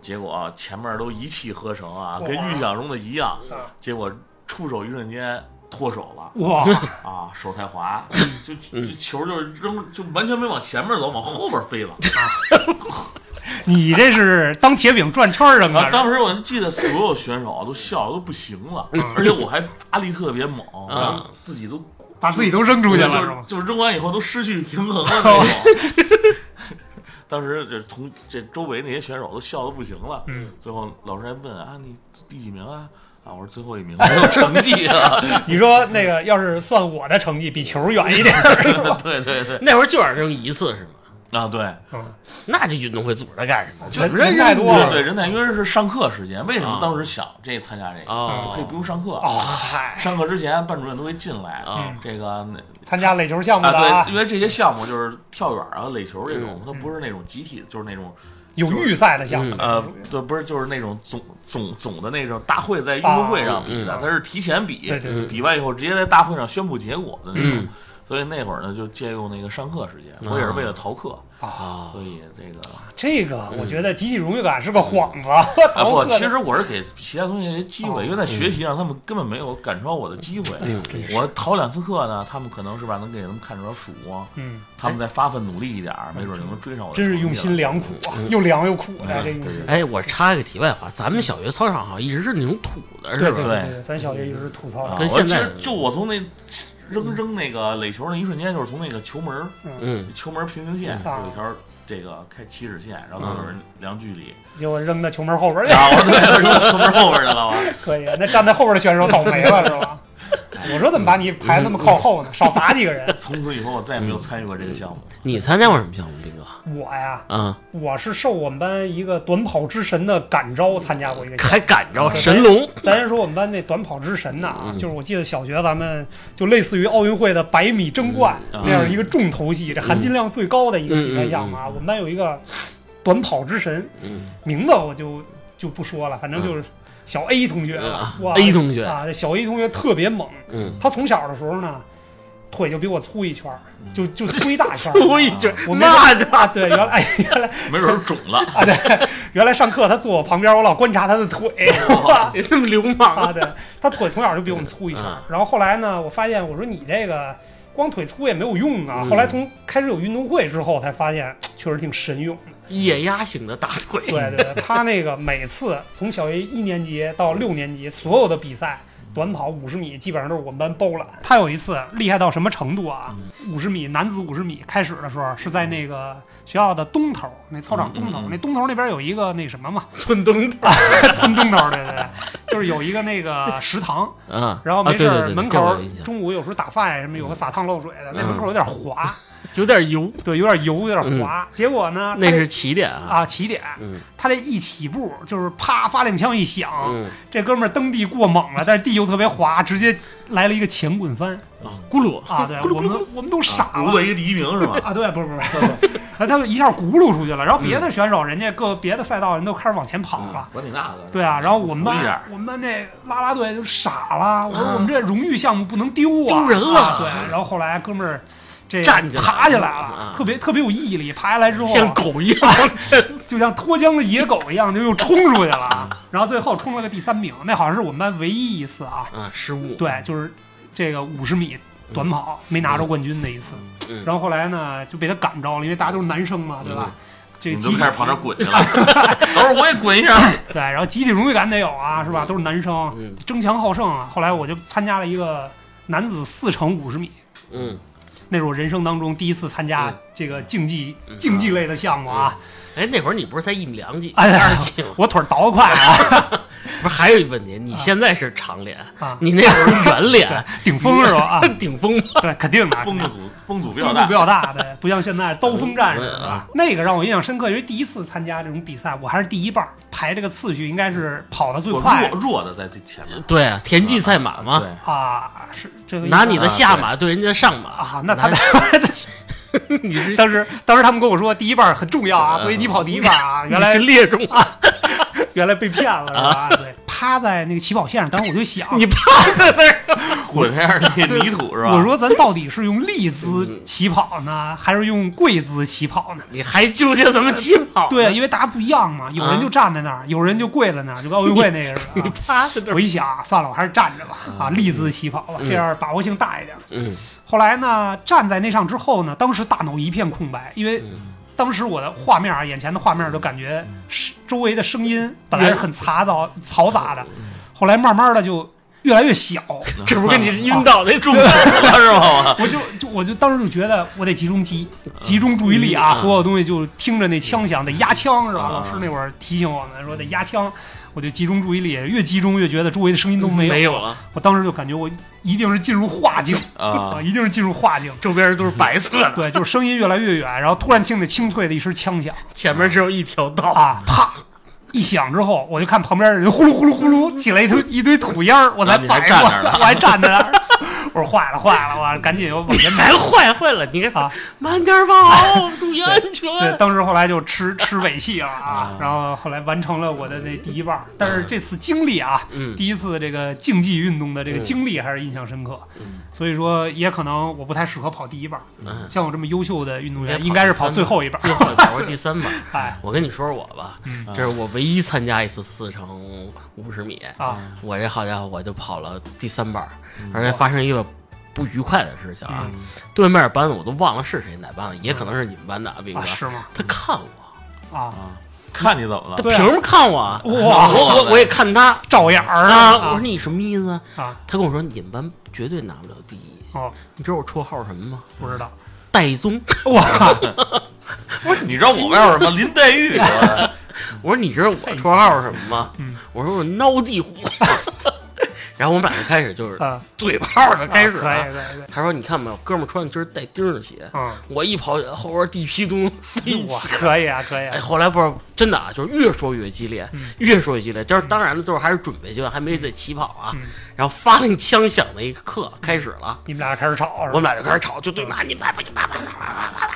Speaker 2: 结果、前面都一气呵成啊，
Speaker 3: 哇
Speaker 2: 跟预想中的一样，
Speaker 3: 啊
Speaker 2: 结果出手一瞬间脱手了。
Speaker 3: 哇，
Speaker 2: 啊，手太滑，
Speaker 3: 嗯
Speaker 2: 就就就球就扔，就完全没往前面走，往后边飞了。
Speaker 3: 你这是当铁饼转圈儿扔
Speaker 2: 然后
Speaker 3: 啊？
Speaker 2: 当时我就记得所有选手啊都笑得都不行了，
Speaker 3: 嗯
Speaker 2: 而且我还发力特别猛，然后自己都
Speaker 3: 把自己都扔出去了是
Speaker 2: 就
Speaker 3: 吗？哦
Speaker 2: 就扔完以后都失去平衡了那种。 当时这同这周围那些选手都笑得不行了，
Speaker 3: 嗯，
Speaker 2: 最后老师还问啊你第几名啊？啊，我说最 后一名，没有成绩啊。
Speaker 3: 你说那个要是算我的成绩，比球远一点儿，
Speaker 2: 对对对，
Speaker 1: 那会儿就想扔一次是吗？
Speaker 2: 啊对，
Speaker 3: 嗯
Speaker 1: 那这运动会组织它干什么？
Speaker 3: 就
Speaker 1: 怎么着
Speaker 3: 人太多
Speaker 2: 对
Speaker 3: 了
Speaker 2: 对，人太因为是上课时间，为什么
Speaker 1: 啊
Speaker 2: 当时想这参加这个？
Speaker 1: 哦
Speaker 2: 可以不用上课。啊
Speaker 3: 哦嗨，
Speaker 2: 上课之前，班主任都会进来嗯
Speaker 1: 啊
Speaker 2: 这个那
Speaker 3: 参加垒球项目的
Speaker 2: 啊，对，
Speaker 3: 啊
Speaker 2: 因，为这些项目就是跳远啊、垒球这种，它不是那种集体，就是那种
Speaker 3: 有预赛的项目
Speaker 1: 嗯
Speaker 2: 呃，对，不是就是那种总总总的那种大会在运动会上比的
Speaker 3: 啊，嗯
Speaker 2: 它是提前比
Speaker 3: 对对对，
Speaker 2: 比完以后直接在大会上宣布结果的那种
Speaker 1: 嗯。
Speaker 2: 所以那会儿呢，就借用那个上课时间，我也是为了逃课，
Speaker 3: 啊。
Speaker 1: 啊
Speaker 2: 所以这个
Speaker 3: 这个
Speaker 2: 嗯
Speaker 3: 我觉得集体荣誉感是个幌 子，
Speaker 2: 啊
Speaker 3: 逃
Speaker 2: 不，
Speaker 3: 课的哦嗯
Speaker 2: 其实我是给其他同学一些机会，因为在学习上他们根本没有感召我的机
Speaker 1: 哎呦
Speaker 2: 会。
Speaker 1: 真是
Speaker 2: 我逃两次课呢，他们可能是吧，能给他们看出点曙光。
Speaker 3: 嗯，
Speaker 2: 他们再发奋努力一点儿，没准就能追上我的成
Speaker 3: 哎真
Speaker 2: 绩了。嗯
Speaker 3: 是用心良苦啊，又凉又苦的这用心。
Speaker 1: 哎，我插一个题外话，咱们小学操场好像一直是那种土的，是
Speaker 3: 对
Speaker 1: 吧？
Speaker 3: 对对，咱小学一直吐槽
Speaker 2: 啊，
Speaker 1: 跟
Speaker 2: 我
Speaker 1: 现在
Speaker 2: 其实就我从那扔扔那个垒球那一瞬间，就是从那个球门儿
Speaker 1: 嗯，
Speaker 2: 球门儿平行线
Speaker 3: 嗯
Speaker 2: 有一条这个开起始线，然后
Speaker 1: 嗯
Speaker 2: 有人量距离，
Speaker 3: 结果扔到球门后边去，
Speaker 2: 然后对，扔球门后边去了，我
Speaker 3: 可以。那站在后边的选手倒霉了是吧？我说怎么把你排那么靠后
Speaker 2: 嗯
Speaker 3: 呢？少砸几个人。
Speaker 2: 从此以后我再也没有参与过这个项目。
Speaker 1: 你参加过什么项目，斌哥？
Speaker 3: 我呀，
Speaker 1: 啊，
Speaker 3: 我是受我们班一个短跑之神的感召参加过一个项目。
Speaker 1: 还赶着神龙
Speaker 3: 咱先说我们班那短跑之神呐、
Speaker 1: 嗯
Speaker 3: 啊，就是我记得小学咱们就类似于奥运会的百米争冠
Speaker 1: 啊
Speaker 2: 嗯
Speaker 3: 那样一个重头戏，这含金量最高的一个比赛项目啊。我们班有一个短跑之神，
Speaker 1: 嗯
Speaker 3: 名字我就就不说了，反正就是小 A 同学啊
Speaker 1: 啊
Speaker 3: 哇
Speaker 1: ，A 同学，
Speaker 3: 啊，这小 A 同学特别猛，
Speaker 1: 嗯，
Speaker 3: 他从小的时候呢，腿就比我粗一圈儿，就就粗一大 圈儿。
Speaker 1: 嗖嗯一句
Speaker 3: 我没
Speaker 1: 骂着，
Speaker 3: 啊，对，原来哎原来
Speaker 2: 没准儿肿了，
Speaker 3: 啊对， 原来上课他坐我旁边，我老观察他 的腿。
Speaker 1: 你这么流氓
Speaker 3: 啊，对， 他腿从小就比我们粗一圈儿。
Speaker 2: 啊
Speaker 1: 嗯
Speaker 3: 然后后来呢，我发现我说你这个光腿粗也没有用啊。
Speaker 1: 嗯
Speaker 3: 后来从开始有运动会之后，才发现，嘖确实挺神勇。
Speaker 1: 液压型的大腿，
Speaker 3: 对对，对，他那个每次从小学一年级到六年级，所有的比赛，短跑五十米基本上都是我们班包揽。他有一次厉害到什么程度啊？
Speaker 2: 嗯
Speaker 3: 五十米男子五十米开始的时候是在那个学校的东头，那操场东头
Speaker 2: 嗯，嗯嗯
Speaker 3: 那东头那边有一个那什么嘛，
Speaker 1: 寸蹬腿，
Speaker 3: 村东头，对对对，就是有一个那个食堂，
Speaker 1: 啊，
Speaker 3: 然后
Speaker 1: 啊
Speaker 3: 没
Speaker 1: 对
Speaker 3: 事
Speaker 1: 对
Speaker 3: 儿
Speaker 1: 对，
Speaker 3: 门
Speaker 1: 这我
Speaker 3: 口
Speaker 1: 有印象
Speaker 3: 中午有时候打饭呀什么，有个撒烫漏水的，那门口有点滑，
Speaker 1: 有点油，
Speaker 3: 对，有点油，有点滑。结果呢，
Speaker 1: 嗯那
Speaker 3: 他
Speaker 1: 是起点啊，
Speaker 3: 啊起点，
Speaker 1: 嗯
Speaker 3: 他这一起步就是啪发令枪一响，
Speaker 1: 嗯，
Speaker 3: 这哥们儿蹬地过猛了，但是地又特别滑，直接来了一个前 滚翻
Speaker 1: 啊咕噜
Speaker 3: 啊！对，
Speaker 1: 咕噜啊
Speaker 3: 我们我们都傻
Speaker 2: 五
Speaker 3: 了
Speaker 2: 百一第一名是吧？
Speaker 3: 啊！对，不是不是不 是，他就一下轱辘出去了，然后别
Speaker 1: 嗯
Speaker 3: 的选手人家各别的赛道人都开始往前跑了。
Speaker 2: 嗯管你那个。
Speaker 3: 对
Speaker 1: 嗯
Speaker 3: 啊，然后我们
Speaker 2: 服一
Speaker 3: 班
Speaker 2: 下
Speaker 3: 我们班这啦啦队就傻了，我说我们这荣誉项目不能丢
Speaker 1: 啊
Speaker 3: 啊，
Speaker 1: 丢人了
Speaker 3: 啊对，然后后来哥们儿这
Speaker 1: 站起来了
Speaker 3: 爬起来了
Speaker 1: 啊，
Speaker 3: 特别特别有毅力，爬下来之后
Speaker 1: 像狗一样往前
Speaker 3: 就像脱缰的野狗一样，就又冲出去了啊，然后最后冲了个第三名，那好像是我们班唯一一次 啊，
Speaker 1: 啊，失误，
Speaker 3: 对，就是这个五十米短跑没拿着冠军那一次
Speaker 1: 嗯。
Speaker 3: 然后后来呢，就被他赶着了，因为大家都是男生嘛，对吧？这
Speaker 2: 你们
Speaker 3: 个集
Speaker 2: 都
Speaker 3: 体哎
Speaker 2: 开始跑那 儿滚去了，等会儿我也滚一下。
Speaker 3: 对，然后集体荣誉感得有啊，是吧？都是男生，
Speaker 1: 嗯
Speaker 3: 争强好胜啊。后来我就参加了一个男子四乘五十米，
Speaker 1: 嗯，
Speaker 3: 那是我人生当中第一次参加
Speaker 1: 嗯
Speaker 3: 这个竞技
Speaker 1: 嗯
Speaker 3: 竞技类的项目啊。
Speaker 1: 哎，那会儿你不是才一米两几，
Speaker 3: 哎呀
Speaker 1: 二十几吗？
Speaker 3: 我腿儿倒得快啊，
Speaker 1: 不是，还有一问题，你现在是长脸，
Speaker 3: 啊
Speaker 1: 你那会儿圆
Speaker 3: 对
Speaker 1: 脸，，
Speaker 3: 顶峰是吧？ 啊，
Speaker 1: 顶峰
Speaker 3: 对，肯定的，肯定
Speaker 2: 风
Speaker 3: 的
Speaker 2: 阻风阻比较
Speaker 3: 风度
Speaker 2: 大
Speaker 3: 比，较大，对，不像现在刀锋战士，
Speaker 1: 嗯
Speaker 3: 是吧？那个让我印象深刻，因为第一次参加这种比赛，我还是第一棒，排这个次序应该是跑得最
Speaker 2: 我
Speaker 3: 快
Speaker 2: 弱弱的在这前面。
Speaker 1: 对啊，田忌赛马嘛，
Speaker 2: 对，
Speaker 3: 啊，是这个意思
Speaker 1: 拿你的
Speaker 2: 啊
Speaker 1: 下马对人家上马，
Speaker 3: 啊，那 他
Speaker 1: 你是
Speaker 3: 当时当时他们跟我说第一棒很重要啊，
Speaker 1: 嗯
Speaker 3: 所以你跑第一棒啊，原
Speaker 1: 你
Speaker 3: 来
Speaker 1: 是猎种啊，
Speaker 3: 原来被骗了是吧？对，趴在那个起跑线上，当时我就想，
Speaker 1: 你 趴在那儿，
Speaker 2: 滚一下那泥土是吧？
Speaker 3: 我说咱到底是用立姿起跑呢，还是用跪姿起跑呢？
Speaker 1: 你还纠结怎么起跑？
Speaker 3: 对，，因为大家不一样嘛，有人就站在那儿，有人就跪在那儿，就跟奥运会那个似的啊。
Speaker 1: 趴在那
Speaker 3: 我
Speaker 1: 儿，
Speaker 3: 一想，算了，我还是站着吧，啊，立姿起跑吧，
Speaker 1: 嗯
Speaker 3: 这样把握性大一点。
Speaker 1: 嗯
Speaker 3: 后来呢，站在那上之后呢，当时大脑一片空白，因为当时我的画面啊，眼前的画面就感觉是周围的声音本来是很嘈杂、嘈杂的，嗯后来慢慢的就越来越 小，
Speaker 1: 这不跟你晕 倒那重
Speaker 2: 中暑了是吧？
Speaker 3: 我就就我就当时就觉得我得集中集集中注意力啊，
Speaker 1: 嗯
Speaker 3: 所有东西就听着啊那枪响得压枪是吧？
Speaker 2: 啊
Speaker 3: 老师那会儿提醒我们说得压枪，我就集中注意力，越集中越觉得周围的声音都没 有。
Speaker 1: 没有啊了，
Speaker 3: 我当时就感觉我一定是进入化境
Speaker 2: 我啊
Speaker 3: 啊，，一定是进入化境。
Speaker 1: 周边都是白色的，
Speaker 3: 对，就是声音越来越远，然后突然听见清脆的一声枪响
Speaker 1: 前面只有一条道，
Speaker 3: 啊，啪一响之后，我就看旁边人呼噜呼噜呼噜起来一堆一堆土烟儿，我才
Speaker 2: 啊你还
Speaker 3: 反应过
Speaker 2: 站那儿
Speaker 3: 来，
Speaker 2: 呢
Speaker 3: 我还站在那儿， 我说坏了坏了，我赶紧又往前跑
Speaker 1: 还坏坏了，你看
Speaker 3: 啊。
Speaker 1: 慢点 哦跑，注意安
Speaker 3: 对，
Speaker 1: 全。
Speaker 3: 当时后来就吃吃尾气了啊，然后后来完成了我的那第一棒儿，但是这次经历啊，
Speaker 1: 嗯
Speaker 3: 第一次这个竞技运动的这个
Speaker 1: 嗯
Speaker 3: 经历还是印象深刻，所以说也可能我不太适合跑第一棒儿，
Speaker 1: 嗯
Speaker 3: 像我这么优秀的运动员，应
Speaker 1: 应
Speaker 3: 该
Speaker 1: 该
Speaker 3: 是
Speaker 1: 跑
Speaker 3: 跑
Speaker 1: 第三
Speaker 3: 最后一棒儿，嗯
Speaker 1: 最后跑过第三 吧，
Speaker 3: 哎
Speaker 1: 我跟你说说我吧，这是我唯一参加一次四乘五十米，
Speaker 3: 啊。
Speaker 1: 我这好家伙，我就跑了第三棒儿，
Speaker 3: 嗯
Speaker 1: 而且发生一个不愉快的事情啊！对面班的我都忘了是谁哪班的，也可能是你们班的啊，斌哥
Speaker 3: 啊，。是吗？
Speaker 1: 他看我，
Speaker 3: 啊，
Speaker 2: 看你怎么了
Speaker 1: 他
Speaker 3: 对啊
Speaker 1: 凭什么看我啊？
Speaker 3: 哇
Speaker 1: 我我我也看他
Speaker 3: 照眼儿
Speaker 1: 啊！我
Speaker 3: 啊
Speaker 1: 说你什么意思啊？
Speaker 3: 啊！
Speaker 1: 他跟我说你们班绝对拿不了第一。
Speaker 3: 哦，
Speaker 1: 你知道我绰号什么吗？
Speaker 3: 不知道，
Speaker 1: 戴宗。
Speaker 3: 哇，
Speaker 2: 不是，你知道我外边儿什么林黛玉？我
Speaker 1: 我说你知道我绰号是什么吗？
Speaker 3: 哎嗯
Speaker 1: 我说我孬地 虎。然后我们俩就开始就是
Speaker 3: 啊，
Speaker 1: 嘴炮的开始
Speaker 3: 啊
Speaker 1: 了。
Speaker 3: 可以可以可以，
Speaker 1: 他说：“你看没有，哥们儿穿的今儿带钉儿的鞋，
Speaker 3: 嗯，
Speaker 1: 我一跑起来，后边地皮都能飞
Speaker 3: 哇，
Speaker 1: 起来。
Speaker 3: 可以啊，可以
Speaker 1: 哎，
Speaker 3: 啊，
Speaker 1: 后来不是真的啊，就是越说越激烈，
Speaker 3: 嗯
Speaker 1: 越说越激烈。就是当然了，就是还是准备阶段，还没在起跑啊。
Speaker 3: 嗯
Speaker 1: 然后发令枪响的一刻开始了，
Speaker 3: 你们俩开始吵是
Speaker 1: 我们
Speaker 3: 吧？
Speaker 1: 俩就开始吵，就对骂你爸爸你爸爸爸爸爸爸。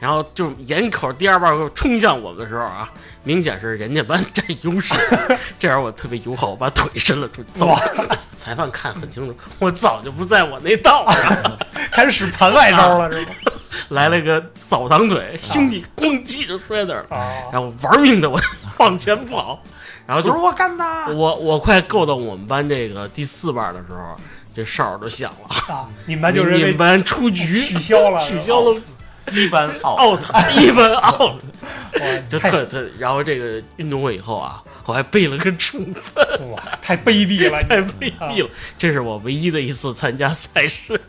Speaker 1: 然后就是眼口第二棒冲向我们的时候啊，明显是人家班占优势， 这样我特别友好，我把腿伸了出去，走。裁判看很清楚，我早就不在我那道上，
Speaker 3: 开始使盘外招了是吗？
Speaker 1: 来了个扫堂腿，兄弟咣叽就摔那儿了。
Speaker 3: 啊，
Speaker 1: 然后玩命的我往前 跑，然后
Speaker 2: 不是
Speaker 1: 就
Speaker 2: 我干的，
Speaker 1: 我我快够到我们班这个第四班的时候，这哨儿都响了，
Speaker 3: 啊，你们班就是
Speaker 1: 你
Speaker 3: 被
Speaker 1: 们班出局
Speaker 3: 取消了，
Speaker 1: 取消。了
Speaker 2: 一般哦 out。
Speaker 1: out 一分 out，
Speaker 3: 哇，
Speaker 1: 就
Speaker 3: 太
Speaker 1: 特特。然后这个运动会以后啊，我还背了个中分，
Speaker 3: 哇太卑鄙了，
Speaker 1: 太卑
Speaker 3: 啊
Speaker 1: 鄙了。这是我唯一的一次参加赛事。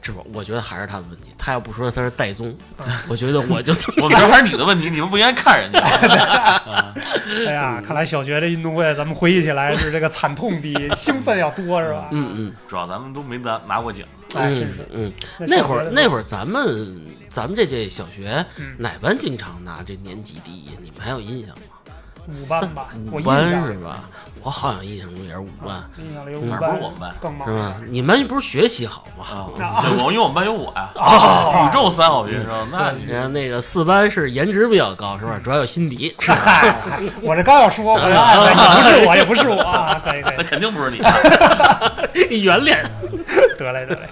Speaker 1: 这不，我觉得还是他的问题。他要不说他是戴宗，
Speaker 3: 嗯
Speaker 1: 我觉得 我就
Speaker 2: 我们这还是你的问题，你们不应该看人家。
Speaker 3: 哎呀，看来小学这运动会，咱们回忆起来是这个惨痛比兴奋要多，是吧？
Speaker 1: 嗯嗯
Speaker 2: 主要咱们都没拿拿过奖，
Speaker 3: 哎，
Speaker 1: 嗯
Speaker 3: 真是
Speaker 1: 嗯。
Speaker 3: 小
Speaker 1: 那
Speaker 3: 学
Speaker 1: 会儿
Speaker 3: 的
Speaker 1: 那会儿咱们咱们这届小学
Speaker 3: 嗯
Speaker 1: 哪班经常拿这年级第一？你们还有印象吗？
Speaker 3: 五班吧，我
Speaker 1: 五
Speaker 3: 印
Speaker 1: 班
Speaker 3: 象
Speaker 1: 是吧？我好像印象中也是五班，
Speaker 3: 印象里有五
Speaker 1: 嗯
Speaker 2: 反
Speaker 3: 班，
Speaker 2: 正不是我们班
Speaker 3: 更
Speaker 1: 是
Speaker 3: 忙。
Speaker 1: 吧？你们不是学习好吗？
Speaker 2: 啊
Speaker 3: 啊
Speaker 2: 对，我因为我们班有我呀，
Speaker 3: 哦
Speaker 2: 宇宙三好学生，那你
Speaker 1: 然后那个四班是颜值比较高，是
Speaker 3: 嗯
Speaker 1: 吧？主要有心迪，是吧
Speaker 3: 嗨，我这刚要说，我这哎也不是我，也不是我啊！可以可
Speaker 2: 那
Speaker 3: 以，
Speaker 2: 肯定不是你。 啊
Speaker 1: 圆脸。
Speaker 3: 得嘞得嘞。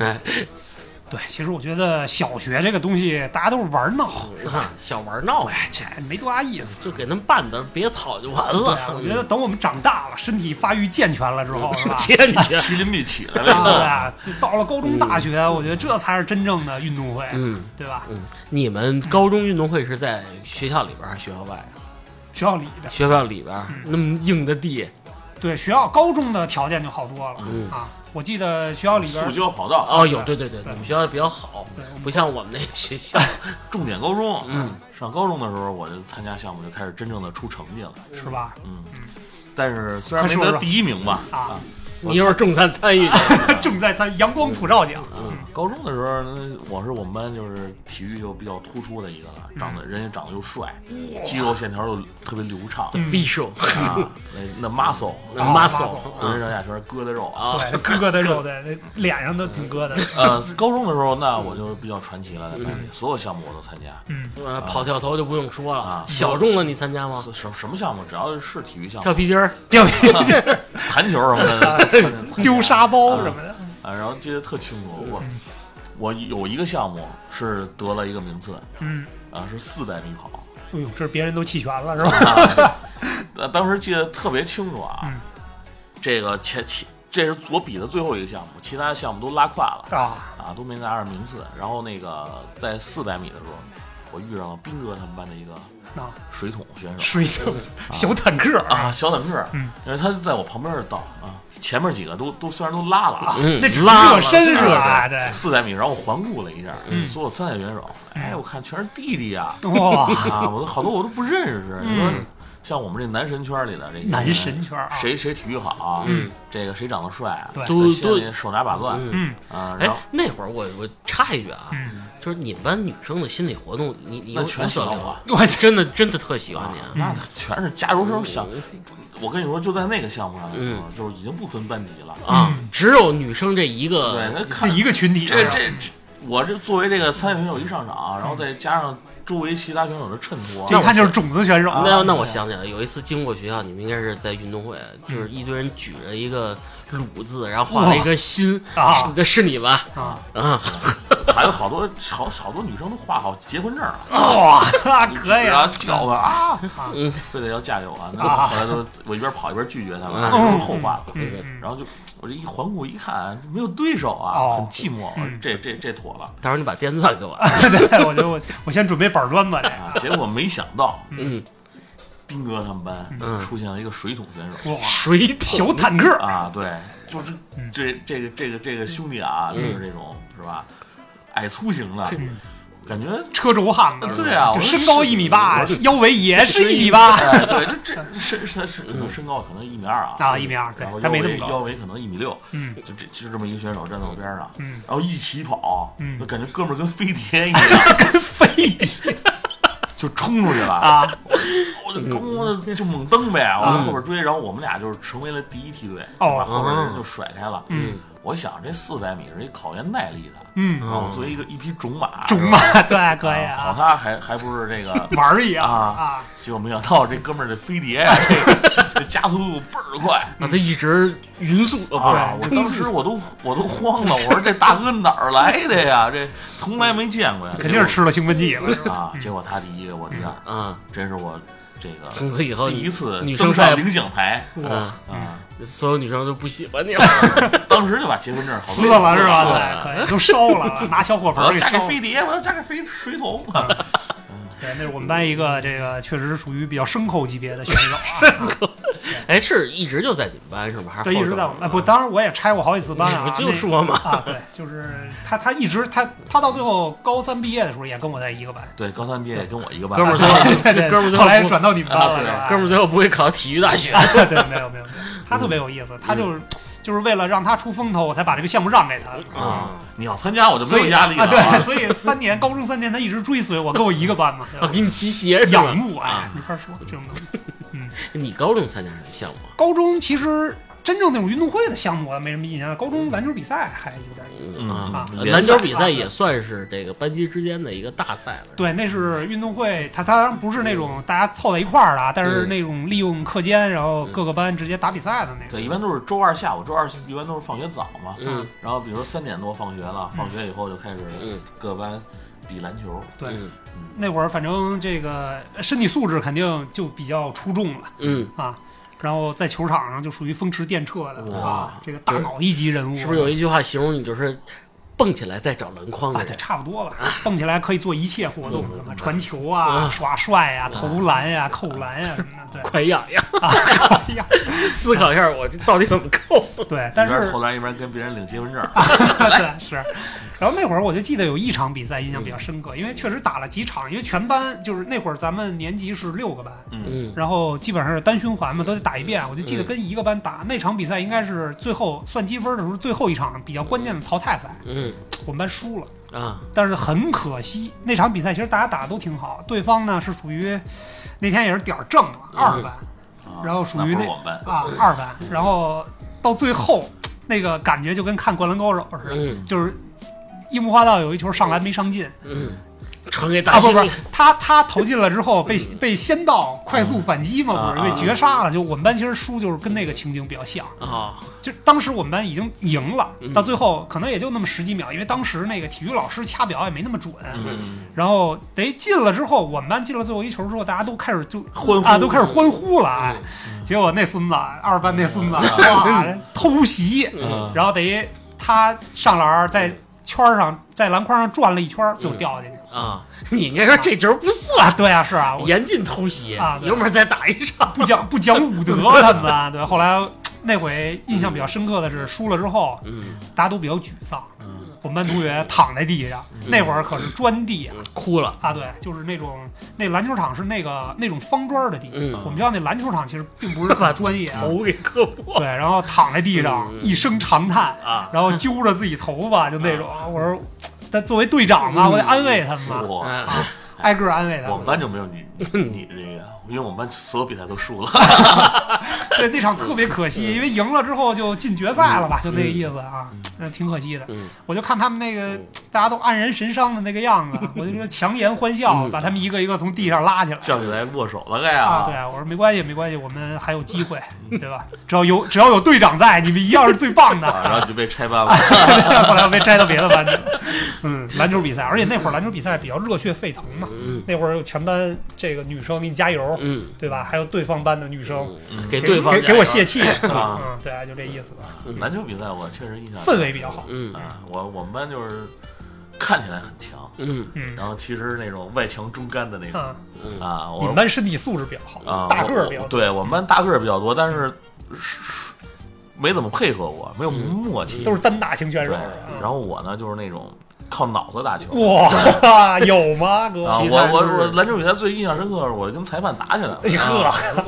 Speaker 1: 哎，
Speaker 3: 对，其实我觉得小学这个东西，大家都是玩闹，
Speaker 1: 啊小玩闹
Speaker 3: 哎，这没多大意思。
Speaker 1: 就给他们办的，别跑就完
Speaker 3: 对啊，
Speaker 1: 了。
Speaker 3: 我觉得等我们长大了，身体发育健全了之后，是吧？
Speaker 1: 坚决。
Speaker 2: 麒麟臂起来了以后，
Speaker 3: 啊，对就到了高中、大学，我觉得这才是真正的运动会，
Speaker 1: 嗯
Speaker 3: 对吧？
Speaker 1: 嗯，你们高中运动会是在学校里边儿还是学校外啊？
Speaker 3: 学校里的，
Speaker 1: 学校里边儿
Speaker 3: 嗯
Speaker 1: 那么硬的地，
Speaker 3: 对学校高中的条件就好多了、
Speaker 1: 嗯
Speaker 3: 啊。我记得学校里边
Speaker 2: 塑，胶跑道，
Speaker 1: 哦，有对对对，你
Speaker 3: 对
Speaker 1: 们学校比较好，
Speaker 3: 对哎我们
Speaker 1: 不像我们那个学校。
Speaker 2: 重点高中。
Speaker 1: 嗯，
Speaker 2: 上高中的时候，我就参加项目就开始真正的出成绩了。
Speaker 3: 是吧？
Speaker 2: 嗯，但是虽然没
Speaker 3: 快说
Speaker 2: 得
Speaker 3: 说
Speaker 2: 第一名吧，
Speaker 3: 啊，
Speaker 1: 你又是重参参与者，
Speaker 3: 重在参阳光普照奖，
Speaker 2: 嗯高中的时候，那我是我们班就是体育就比较突出的一个
Speaker 3: 嗯
Speaker 2: 了，长得人家长得又帅，肌肉线条又特别流畅
Speaker 1: official
Speaker 2: 啊， 那那 muscle，
Speaker 1: 那
Speaker 3: 嗯啊
Speaker 1: muscle
Speaker 2: 浑
Speaker 1: 啊
Speaker 2: 身上下全是疙瘩肉啊。
Speaker 1: 啊，
Speaker 3: 对，疙瘩肉的，那脸上都挺 疙瘩的。
Speaker 2: 呃，高中的时候，那我就比较传奇了，在班里所有项目我都参加。
Speaker 3: 嗯，
Speaker 1: 呃跑跳投就不用说了
Speaker 2: 啊，
Speaker 1: 小众的你参加吗？
Speaker 2: 什什什么项目，只要是体育项目
Speaker 1: 跳，皮筋儿，
Speaker 3: 掉皮筋儿、
Speaker 2: 弹球什么 的，
Speaker 3: 啊丢沙包
Speaker 2: 啊
Speaker 3: 什么的，嗯
Speaker 2: 啊，然后记得特清楚，我我有一个项目是得了一个名次
Speaker 3: 嗯，
Speaker 2: 啊，是四百米跑。
Speaker 3: 哎呦，这别人都弃权了是吧？
Speaker 2: 呃，当时记得特别清楚啊，
Speaker 3: 嗯
Speaker 2: 这个前前这是我比的最后一个项目，其他项目都拉胯了
Speaker 3: 啊，
Speaker 2: 啊，都没拿上名次。然后那个在四百米的时候，我遇上了斌哥他们班的一个
Speaker 3: 啊，
Speaker 2: 水桶选手
Speaker 3: 水手小坦克
Speaker 2: 啊，，小坦克，
Speaker 3: 嗯，
Speaker 2: 因为他就在我旁边儿倒啊，前面几个都都虽然都拉了 啊，
Speaker 1: 嗯
Speaker 3: 这只是
Speaker 1: 拉
Speaker 3: 热
Speaker 1: 了
Speaker 3: 身是
Speaker 2: 是
Speaker 3: 吧？啊对，
Speaker 2: 四百米，然后我环顾了一下，
Speaker 3: 嗯
Speaker 2: 所有参赛选手，哎，我看全是弟弟呀、
Speaker 3: 哇，
Speaker 2: 啊，我都好多我都不认识。你说
Speaker 3: 嗯，
Speaker 2: 像我们这男神圈里的这些
Speaker 3: 男神圈啊，
Speaker 2: 谁谁体育好啊、
Speaker 1: 嗯
Speaker 2: 这个谁长得帅、啊，
Speaker 3: 对
Speaker 2: 在心里手拿把攥、
Speaker 1: 嗯
Speaker 3: 嗯
Speaker 2: 啊，
Speaker 1: 哎
Speaker 2: 然后，
Speaker 1: 那会儿我我插一句啊，
Speaker 3: 嗯，
Speaker 1: 就是你们班女生的心理活动，你你有
Speaker 2: 那全喜
Speaker 1: 所
Speaker 2: 欢
Speaker 1: 了
Speaker 2: 我
Speaker 1: 解，
Speaker 3: 我去，
Speaker 1: 真的真的特喜欢你
Speaker 2: 啊
Speaker 3: 哎
Speaker 1: 啊，
Speaker 3: 嗯
Speaker 2: 那全是假如
Speaker 1: 嗯
Speaker 2: 说想，我跟你说，就在那个项目上的时候，就是已经不分班级了
Speaker 1: 啊，只有女生这一
Speaker 2: 对，
Speaker 1: 个，
Speaker 2: 那
Speaker 3: 这
Speaker 2: 看
Speaker 3: 一个群体，啊
Speaker 2: 这这这，我这作为这个参赛选手一上场，啊然后再加上周围其他选手的衬托，
Speaker 3: 这一看就是种子选手，啊
Speaker 2: 啊
Speaker 1: 那那我想起来，有一次经过学校，你们应该是在运动会，
Speaker 2: 嗯
Speaker 1: 就是一堆人举着一个鲁字，然后画了一个心，
Speaker 3: 啊
Speaker 1: 是这是你吧？
Speaker 3: 啊，
Speaker 1: 啊，
Speaker 2: 还有好多好好多女生都画好结婚证了。
Speaker 3: 哇，啊 可以
Speaker 2: 然后
Speaker 3: 啊，
Speaker 2: 叫我啊
Speaker 1: 嗯，
Speaker 2: 非得要嫁给我啊！
Speaker 3: 啊
Speaker 2: 后来都我一边跑一边拒绝他们，
Speaker 1: 嗯
Speaker 2: 都是后话了。
Speaker 3: 嗯嗯
Speaker 2: 然后就我这一环顾一看，没有对手啊，
Speaker 3: 哦
Speaker 2: 很寂寞。我说
Speaker 3: 嗯
Speaker 2: 这这这妥了
Speaker 1: 到时候你把电钻给我。
Speaker 3: 对，我觉得我我先准备板砖吧，
Speaker 2: 啊！
Speaker 3: 这
Speaker 2: 结果没想到，
Speaker 1: 嗯，
Speaker 2: 斌哥他们班
Speaker 1: 嗯
Speaker 2: 出现了一个水桶选手
Speaker 3: 哇，
Speaker 1: 水
Speaker 3: 小
Speaker 1: 桶
Speaker 3: 坦克，
Speaker 2: 啊，对，就是
Speaker 3: 嗯
Speaker 2: 这这个这个这个兄弟啊，
Speaker 1: 嗯
Speaker 2: 就是这种是吧？矮粗型的，感觉
Speaker 3: 车轴汉子，
Speaker 2: 对啊
Speaker 3: 就
Speaker 2: 我是
Speaker 3: 身高一米八，腰围也是一米八，
Speaker 2: 哎，对，这这身身是
Speaker 1: 嗯
Speaker 2: 可能身高可能一米二啊，
Speaker 3: 啊1.2对
Speaker 2: 然后
Speaker 3: 他
Speaker 2: 腰
Speaker 3: 没那
Speaker 2: 围
Speaker 3: 么高
Speaker 2: 腰围可能一米六，
Speaker 3: 嗯
Speaker 2: 就这就这么一个选手站在我边上，
Speaker 3: 嗯
Speaker 2: 然后一起跑，
Speaker 3: 嗯
Speaker 2: 就感觉哥们儿跟飞碟一样
Speaker 3: 飞碟
Speaker 2: 就冲出去了，
Speaker 3: 啊，
Speaker 2: 我就跟我就猛蹬呗，我在后边追，然后我们俩就是成为了第一梯队，
Speaker 3: 哦
Speaker 2: 把后边的人就甩开了，
Speaker 3: 嗯
Speaker 2: 我想这四百米是一考验耐力的，
Speaker 3: 嗯，
Speaker 2: 然后作为一个一匹种马，
Speaker 3: 种
Speaker 2: 是吧，
Speaker 3: 马，对，可以
Speaker 2: 好
Speaker 3: 啊，
Speaker 2: 他还还不是这个
Speaker 3: 玩儿一样
Speaker 2: 啊
Speaker 3: 啊，
Speaker 2: 结果没想到这哥们儿这飞碟呀、这个这加速度倍儿快。
Speaker 1: 啊，他一直匀速
Speaker 2: 啊！我
Speaker 1: 对
Speaker 2: 当时我都我都慌了，我说这大哥哪儿来的呀？这从来没见过呀！
Speaker 3: 肯定是吃了兴奋剂了，是
Speaker 2: 结
Speaker 3: 嗯
Speaker 2: 果
Speaker 3: 吧？
Speaker 2: 啊！结果他第一个，我第二，
Speaker 1: 啊，
Speaker 2: 真是我这个
Speaker 1: 从此以后
Speaker 2: 第一
Speaker 1: 你
Speaker 2: 次
Speaker 1: 女
Speaker 2: 登
Speaker 1: 生
Speaker 2: 上
Speaker 1: 再
Speaker 2: 领奖台
Speaker 3: 哇，
Speaker 1: 啊，
Speaker 2: 啊，
Speaker 1: 所有女生都不喜欢你了。
Speaker 2: 当时就把结婚证好
Speaker 3: 撕了是
Speaker 1: 撕
Speaker 3: 吧？
Speaker 1: 了
Speaker 3: 对，对都烧了，拿小火
Speaker 2: 啊我
Speaker 3: 盆儿
Speaker 2: 要
Speaker 3: 给
Speaker 2: 嫁
Speaker 3: 烧
Speaker 2: 给
Speaker 3: 了。
Speaker 2: 飞碟，我要嫁给飞水 桶。
Speaker 3: 对，那是我们班一个这个确实是属于比较牲口级别的选 手啊，
Speaker 1: 哎，是一直就在你们班是吧？还是
Speaker 3: 对，一直在我
Speaker 1: 啊
Speaker 3: 们哎不，当然我也拆过好几次班啊，
Speaker 1: 就
Speaker 3: 那
Speaker 1: 说嘛，
Speaker 3: 啊，对，就是他他一直他他到最后高三毕业的时候也跟我在一个班，啊
Speaker 2: 对，高三毕业跟我一个班，
Speaker 1: 哥们儿最
Speaker 3: 对
Speaker 1: 后
Speaker 3: 对
Speaker 1: 哥们儿最
Speaker 3: 后来
Speaker 1: 不
Speaker 3: 转到你们班了，
Speaker 2: 啊
Speaker 3: 是吧
Speaker 1: 哥 们儿最后不会考体育大学，嗯
Speaker 3: 啊对，没有没有没有，他特别有意思，他就是就是为了让他出风头，我才把这个项目让给他。
Speaker 1: 啊！
Speaker 2: 你要参加我就没
Speaker 3: 所
Speaker 2: 有
Speaker 3: 以
Speaker 2: 压力了
Speaker 3: 啊，对，
Speaker 2: 啊。
Speaker 3: 所以三年高中三年，他一直追随我，跟我一个班嘛， 对
Speaker 1: 我
Speaker 3: 吧
Speaker 1: 啊给你提鞋是
Speaker 3: 仰
Speaker 1: 吧？
Speaker 3: 慕哎
Speaker 1: 啊，
Speaker 3: 没法说这种东西。
Speaker 1: 你高中参加什么项目啊？
Speaker 3: 高中其实真正那种运动会的项目，我啊没什么印象。高中篮球比赛还有点印象。
Speaker 2: 嗯
Speaker 1: 啊，
Speaker 2: 嗯
Speaker 1: 篮球比赛也算是这个班级之间的一个大赛了。
Speaker 3: 对，那是运动会，它它当然不是那种大家凑在一块儿的啊，但是
Speaker 1: 嗯
Speaker 3: 那种利用课间，然后各个班直接打比赛的那种。
Speaker 2: 对，一般都是周二下午，周二一般都是放学早嘛，
Speaker 1: 嗯
Speaker 2: 然后比如说三点多放学了，放学以后就开始
Speaker 1: 嗯
Speaker 2: 各班比篮球，
Speaker 3: 对
Speaker 1: 嗯
Speaker 3: 那会儿反正这个身体素质肯定就比较出众了
Speaker 1: 嗯，
Speaker 3: 啊，然后在球场上就属于风驰电掣的，
Speaker 2: 哇
Speaker 3: 啊，这个大脑一级人物，
Speaker 1: 嗯
Speaker 3: 啊
Speaker 1: 是不是有一句话形容你就是蹦起来再找篮筐
Speaker 3: 啊
Speaker 1: 的？
Speaker 3: 对，
Speaker 1: 人？
Speaker 3: 差不多吧，蹦起来可以做一切活动，
Speaker 1: 嗯
Speaker 3: 什么传球啊、
Speaker 1: 嗯
Speaker 3: 耍帅呀、投篮呀、扣 篮呀什么的，
Speaker 1: 快痒痒，
Speaker 3: 对啊，哎呀，
Speaker 1: 思考一下我这到底怎么扣？
Speaker 3: 对，
Speaker 2: 一
Speaker 3: 但
Speaker 2: 边
Speaker 3: 是啊
Speaker 2: 投篮一边跟别人领结婚证。
Speaker 3: 对，是。然后那会儿我就记得有一场比赛印象比较深刻，因为确实打了几场，因为全班就是那会儿咱们年级是六个班，
Speaker 2: 嗯，
Speaker 1: 嗯
Speaker 3: 然后基本上是单循环嘛，都得打一遍。我就记得跟一个班打那场比赛，应该是最后算积分的时候最后一场比较关键的淘汰赛，
Speaker 1: 嗯
Speaker 3: 我们班输了。
Speaker 1: 啊
Speaker 3: 但是很可惜，那场比赛其实大家打的都挺好，对方呢是属于那天也是点儿正了，二班
Speaker 2: 啊
Speaker 3: 然后属于
Speaker 2: 那
Speaker 3: 那
Speaker 2: 不是我们班，
Speaker 3: 啊，二班，然后到最后那个感觉就跟看《灌篮高手》似的，
Speaker 1: 嗯
Speaker 3: 就是啊樱木花道有一球上篮没上进
Speaker 1: 嗯，传给
Speaker 3: 啊，
Speaker 1: 大
Speaker 3: 不
Speaker 1: 猩
Speaker 3: 不，他他投进了之后被被仙道快速反击嘛，
Speaker 2: 嗯
Speaker 3: 不
Speaker 2: 啊
Speaker 3: 是
Speaker 2: 啊
Speaker 3: 被绝杀了。就我们班其实输就是跟那个情景比较像，
Speaker 1: 啊，
Speaker 3: 就当时我们班已经赢了
Speaker 1: 嗯，
Speaker 3: 到最后可能也就那么十几秒，因为当时那个体育老师掐表也没那么准。
Speaker 2: 嗯，
Speaker 3: 然后得进了之后，我们班进了最后一球之后，大家都开始就
Speaker 2: 欢呼
Speaker 3: 啊，都开始欢呼了。哎
Speaker 1: 嗯，
Speaker 3: 结果那孙子二班那孙子
Speaker 2: 嗯
Speaker 3: 哇，偷袭，
Speaker 1: 嗯
Speaker 3: 然后得他上篮儿在圈儿上在篮筐上转了一圈儿，就掉进去了。
Speaker 1: 啊，你应该说这球不
Speaker 3: 啊，
Speaker 1: 算，
Speaker 3: 对啊，是啊，我
Speaker 1: 严禁偷袭
Speaker 3: 啊，对
Speaker 1: 有本事再打一场。
Speaker 3: 不 讲不讲武德，他们啊，对吧。后来那回印象比较深刻的是输了之后，
Speaker 1: 嗯，
Speaker 3: 大家都比较沮丧
Speaker 2: 嗯。
Speaker 3: 我们班同学躺在地上，
Speaker 1: 嗯
Speaker 3: 那会儿可是砖地啊，
Speaker 1: 哭了。
Speaker 3: 啊，对，就是那种那篮球场是那个那种方砖儿的地。
Speaker 1: 嗯，
Speaker 3: 我们学校那篮球场其实并不是很专业啊，
Speaker 1: 头给磕破
Speaker 3: 对，然后躺在地上
Speaker 1: 嗯
Speaker 3: 一声长叹，
Speaker 1: 啊！
Speaker 3: 然后揪着自己头发，就那种。我说，但作为队长嘛，
Speaker 1: 嗯
Speaker 3: 我得安慰他们嘛，
Speaker 2: 我
Speaker 1: 啊
Speaker 3: 挨个安慰他
Speaker 2: 我们
Speaker 3: 们。
Speaker 2: 班就没有女女这个，因为我们班所有比赛都输了。
Speaker 3: 对，那场特别可惜，因为赢了之后就进决赛了吧，就那个意思啊，那挺可惜的。
Speaker 1: 嗯
Speaker 3: 我就看他们那个
Speaker 1: 嗯
Speaker 3: 大家都黯然神伤的那个样子，啊我就说强颜欢笑，
Speaker 1: 嗯
Speaker 3: 把他们一个一个从地上拉起来。
Speaker 2: 叫起来握手了该
Speaker 3: 啊，对，我说没关系，没关系，我们还有机会，对吧？只要有只要有队长在，你们一样是最棒的。
Speaker 2: 啊，然后就被拆班 了。
Speaker 3: 后来我被摘到别的班去了。嗯，篮球比赛，而且那会儿篮球比赛比较热血沸腾嘛，
Speaker 1: 嗯
Speaker 3: 那会儿有全班这个女生给你加油，
Speaker 1: 嗯
Speaker 3: 对吧？还有对方班的女生
Speaker 1: 嗯，
Speaker 3: 给
Speaker 1: 给对方
Speaker 3: 给
Speaker 1: 加油
Speaker 3: 给我泄气
Speaker 2: 啊
Speaker 3: 嗯，对啊，就这意思吧。
Speaker 2: 篮球比赛我确实印象
Speaker 3: 氛围比较好
Speaker 1: 嗯
Speaker 2: 啊，我我们班就是看起来很强，
Speaker 1: 嗯
Speaker 3: 嗯
Speaker 2: 然后其实那种外强中干的那种
Speaker 3: 嗯，
Speaker 1: 嗯
Speaker 2: 啊。我
Speaker 3: 你们班身体素质比较好，
Speaker 2: 啊，
Speaker 3: 大
Speaker 2: 我
Speaker 3: 个儿比较
Speaker 2: 我
Speaker 3: 多。
Speaker 2: 对我们班大个儿比较多，但是是没怎么配合过，没有默契。
Speaker 3: 嗯都是单打型选
Speaker 2: 对
Speaker 3: 手。嗯，
Speaker 2: 然后我呢就是那种靠脑子打球。
Speaker 3: 哇，有吗，哥？
Speaker 2: 啊，
Speaker 1: 其
Speaker 2: 我
Speaker 1: 他
Speaker 2: 我
Speaker 1: 就是
Speaker 2: 我篮球比赛最印象深刻，是我跟裁判打起来了啊
Speaker 3: 哎，呵，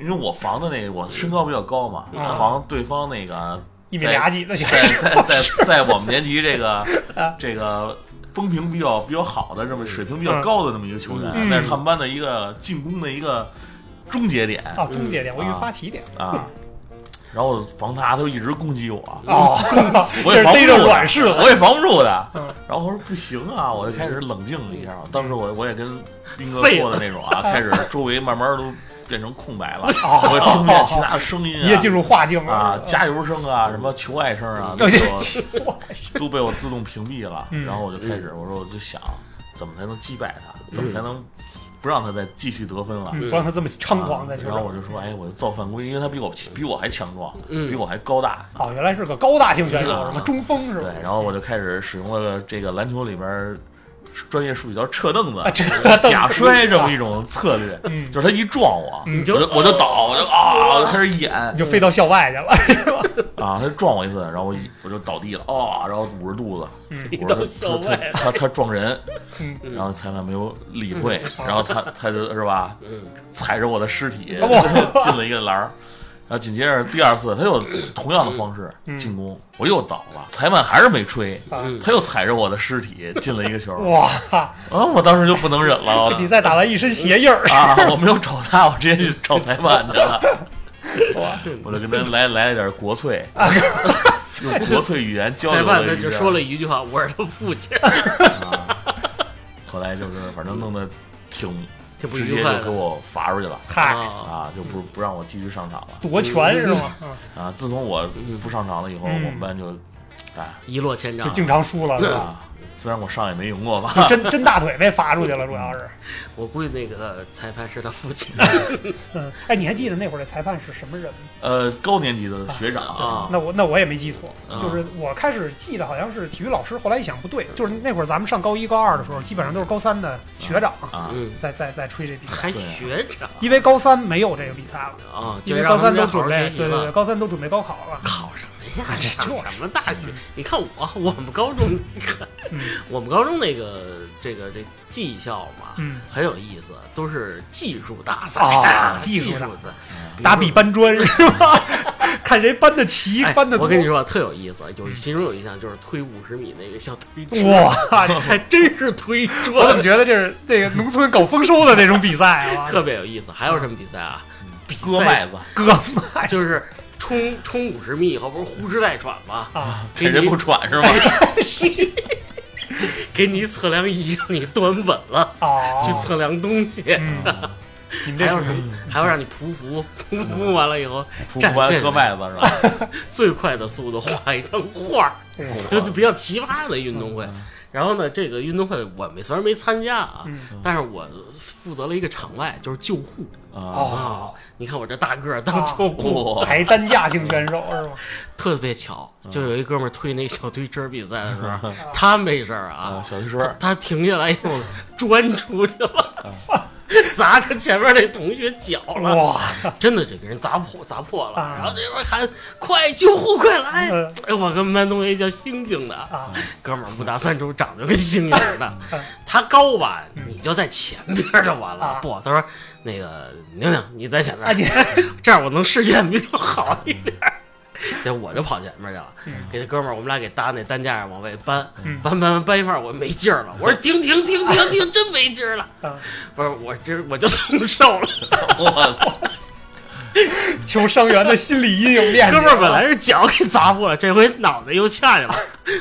Speaker 2: 因为我防的那个我身高比较高嘛，
Speaker 3: 啊
Speaker 2: 防对方那个
Speaker 3: 一米俩几的选
Speaker 2: 在
Speaker 3: 手，
Speaker 2: 在在在我们年级这 个
Speaker 3: 啊
Speaker 2: 这个风评比较比较好的这么水平比较高的那么一个球员，啊
Speaker 3: 嗯
Speaker 2: 那是他们班的一个进攻的一个终结点
Speaker 3: 啊，终结点，我以为
Speaker 2: 啊
Speaker 3: 发起点。
Speaker 2: 啊。然后防他，他就一直攻击我，
Speaker 3: 哦，
Speaker 2: 嗯 我也
Speaker 3: 这是
Speaker 2: 防不
Speaker 3: 逮着
Speaker 2: 住
Speaker 3: 软柿
Speaker 2: 的，
Speaker 3: 了。
Speaker 2: 我也防不住的。
Speaker 3: 嗯
Speaker 2: 然后我说不行啊，我就开始冷静了一下。当时我我也跟斌哥
Speaker 1: 废
Speaker 2: 说的那种 啊，开始周围慢慢都变成空白了，我听不见其他的声音
Speaker 3: 哦 你也进
Speaker 2: 啊。
Speaker 3: 入化境
Speaker 2: 啊，加油声啊，什么求爱声啊，都
Speaker 3: 嗯 有
Speaker 2: 被
Speaker 3: 些
Speaker 2: 我都被我自动屏蔽了。
Speaker 3: 嗯
Speaker 2: 然后我就开始，我说我就想，怎么才能击败他，怎么才能不让他再继续得分了。
Speaker 3: 嗯，不让他这么猖狂在球
Speaker 2: 然后我
Speaker 3: 场。
Speaker 2: 就说，哎，我就造犯规，因为他比我比我还强壮，
Speaker 1: 嗯
Speaker 2: 比我还高大。
Speaker 3: 哦，原来是个高大型选手，
Speaker 2: 啊
Speaker 3: 什么中锋是
Speaker 2: 对
Speaker 3: 吧？，
Speaker 2: 然后我就开始使用了这个篮球里边专业术语叫撤凳子
Speaker 3: 啊，、这
Speaker 2: 假摔这么一种策略，
Speaker 3: 啊嗯
Speaker 2: 就是他一撞我，
Speaker 3: 嗯哦
Speaker 2: 我就我就倒，我就啊，我就开始演
Speaker 3: 你就飞到校外去了。
Speaker 2: 啊，他撞我一次，然后我一我就倒地了，啊，然后捂着肚子，
Speaker 3: 嗯
Speaker 2: 我说
Speaker 1: 到校
Speaker 2: 他
Speaker 1: 外
Speaker 2: 他他他撞人，
Speaker 3: 嗯
Speaker 2: 然后裁判没有理会，然后他他就是吧，
Speaker 1: 嗯，
Speaker 2: 踩着我的尸体
Speaker 3: 哇
Speaker 2: 进了一个篮儿。然后紧接着第二次，他又同样的方式
Speaker 3: 嗯
Speaker 2: 进攻，我又倒了，裁判还是没吹，
Speaker 3: 啊
Speaker 1: 嗯
Speaker 2: 他又踩着我的尸体进了一个球，
Speaker 1: 哦
Speaker 3: 哇，
Speaker 2: 啊！我当时就不能忍了，我
Speaker 3: 这比赛打完一身鞋印 儿。
Speaker 2: 啊！我没有找他，我直接去找裁判去了。 我就跟他来来了点国粹， 用国粹语言交
Speaker 1: 啊裁
Speaker 2: 流
Speaker 1: 判
Speaker 2: 了
Speaker 1: 他
Speaker 2: 一
Speaker 1: 就
Speaker 2: 下
Speaker 1: 说了一句话：“我是他父 亲。
Speaker 2: 啊。后来就是反正弄得挺”
Speaker 1: 挺不
Speaker 2: 直
Speaker 1: 愉
Speaker 2: 接
Speaker 1: 快
Speaker 2: 就给
Speaker 1: 的。
Speaker 2: 我罚出去了
Speaker 3: 嗨，
Speaker 1: 啊，
Speaker 2: 啊，就不不让我继续上场了
Speaker 3: 夺权是吗？嗯
Speaker 2: 啊！自从我不上场了以后，
Speaker 3: 嗯
Speaker 2: 我们班就哎
Speaker 1: 一落千丈
Speaker 3: 就。经常输了是
Speaker 1: 嗯
Speaker 3: 吧？
Speaker 2: 啊，虽然我上也没赢过吧，
Speaker 3: 就真真大腿被罚出去了，主要是。
Speaker 1: 我估计那个裁判是他父亲。
Speaker 3: 嗯，哎，你还记得那会儿的裁判是什么人吗？
Speaker 2: 呃，高年级的学长
Speaker 1: 啊
Speaker 3: 那我那我也没记错，
Speaker 2: 啊
Speaker 3: 就是我开始记得好像是体育老师，后来一想不对，就是那会儿咱们上高一高二的时候，基本上都是高三的学长
Speaker 2: 啊，
Speaker 1: 嗯，
Speaker 3: 在在在吹这比赛，
Speaker 1: 还
Speaker 2: 对啊
Speaker 1: 学长
Speaker 3: 因为高三没有这个比赛了，
Speaker 1: 啊，
Speaker 3: 因
Speaker 1: 就
Speaker 3: 为
Speaker 1: 让
Speaker 3: 高
Speaker 1: 他
Speaker 3: 三
Speaker 1: 们
Speaker 3: 都
Speaker 1: 好
Speaker 3: 准
Speaker 1: 好
Speaker 3: 备
Speaker 1: 学习
Speaker 3: 对对对，
Speaker 1: 了。
Speaker 3: 高三都准备高考 了。
Speaker 1: 考什么呀？
Speaker 3: 这
Speaker 1: 上
Speaker 3: 就是
Speaker 1: 什么大学？你看我，我们高中，
Speaker 3: 嗯
Speaker 1: 我们高中那个这个这技校嘛，
Speaker 3: 嗯，
Speaker 1: 很有意思，都是技术大赛
Speaker 3: 啊技
Speaker 1: 技
Speaker 3: 术
Speaker 1: 术
Speaker 3: 大
Speaker 1: 赛
Speaker 2: 嗯，
Speaker 3: 打比搬砖是吧？ 看谁搬得齐，
Speaker 1: 哎
Speaker 3: 搬得多。嗯
Speaker 1: 我跟你说特有意思，有其中有一项就是推五十米那个小推砖，
Speaker 3: 哇，
Speaker 1: 还真是推
Speaker 3: 我怎
Speaker 1: 砖，
Speaker 3: 么觉得这是那个农村搞丰收的那种比赛 啊？
Speaker 1: 特别有意思。还有什么比赛啊？
Speaker 3: 嗯
Speaker 1: 比
Speaker 2: 割
Speaker 1: 赛
Speaker 2: 麦子，
Speaker 3: 哥麦
Speaker 1: 就是冲冲五十米以后，不是呼哧带喘吗？
Speaker 3: 啊！
Speaker 1: 给
Speaker 2: 给
Speaker 1: 你
Speaker 2: 人不喘是吗？
Speaker 1: 给你测量仪，让你端稳了
Speaker 3: 哦，
Speaker 1: 啊 去测量东西，
Speaker 3: 嗯， 你们这嗯
Speaker 1: 还
Speaker 3: 属
Speaker 1: 有
Speaker 3: 于
Speaker 1: 什么？还要让你匍匐，匍匐完了以后，
Speaker 2: 不
Speaker 1: 站
Speaker 2: 完
Speaker 1: 这
Speaker 2: 割麦子是
Speaker 3: 哎
Speaker 2: 吧？
Speaker 1: 最快的速度画一张画儿，
Speaker 3: 嗯
Speaker 1: 就就比较奇葩的运动会。然后呢，这个运动会我没虽然没参加啊，
Speaker 3: 嗯
Speaker 1: 但是我负责了一个场外，就是救护
Speaker 2: 啊，
Speaker 3: 哦，
Speaker 1: 你看我这大个儿当救护，
Speaker 2: 哇
Speaker 3: 还担架型选手是吗？
Speaker 1: 特别巧，就有一哥们儿推那小推车儿比赛的时 候，他没事儿
Speaker 3: 哦
Speaker 2: 啊，
Speaker 1: 啊，
Speaker 2: 小学
Speaker 1: 他
Speaker 2: 生
Speaker 1: 他停下来以后钻出去了， 砸他前面那同学脚了。
Speaker 3: 哦哇，
Speaker 1: 真的，这给人砸破砸破了，
Speaker 3: 啊
Speaker 1: 然后那边喊快救护，快来！
Speaker 3: 嗯
Speaker 1: 哎，我跟班同学叫星星的，
Speaker 3: 啊，
Speaker 1: 哥们儿不打三周长得跟猩猩似的
Speaker 3: 嗯，
Speaker 1: 他高吧，你就在前边儿就完
Speaker 3: 啊
Speaker 1: 了。不，他说那个宁宁你在前面
Speaker 3: 啊
Speaker 1: 儿
Speaker 3: 你，
Speaker 1: 这样我能视线比较好一点儿。结果我就跑前面去了
Speaker 3: 嗯，
Speaker 1: 给那哥们儿我们俩给搭那担架上往外搬
Speaker 3: 嗯，
Speaker 1: 搬搬搬一半儿我没劲儿了，我说停停停停停，真没劲儿了。
Speaker 3: 啊
Speaker 1: 不是我这我就松手了，
Speaker 3: 哦
Speaker 2: 我
Speaker 3: 求生员的心理阴影啊面积。
Speaker 1: 哥们儿本来是脚给砸破了，这回脑袋又下去了，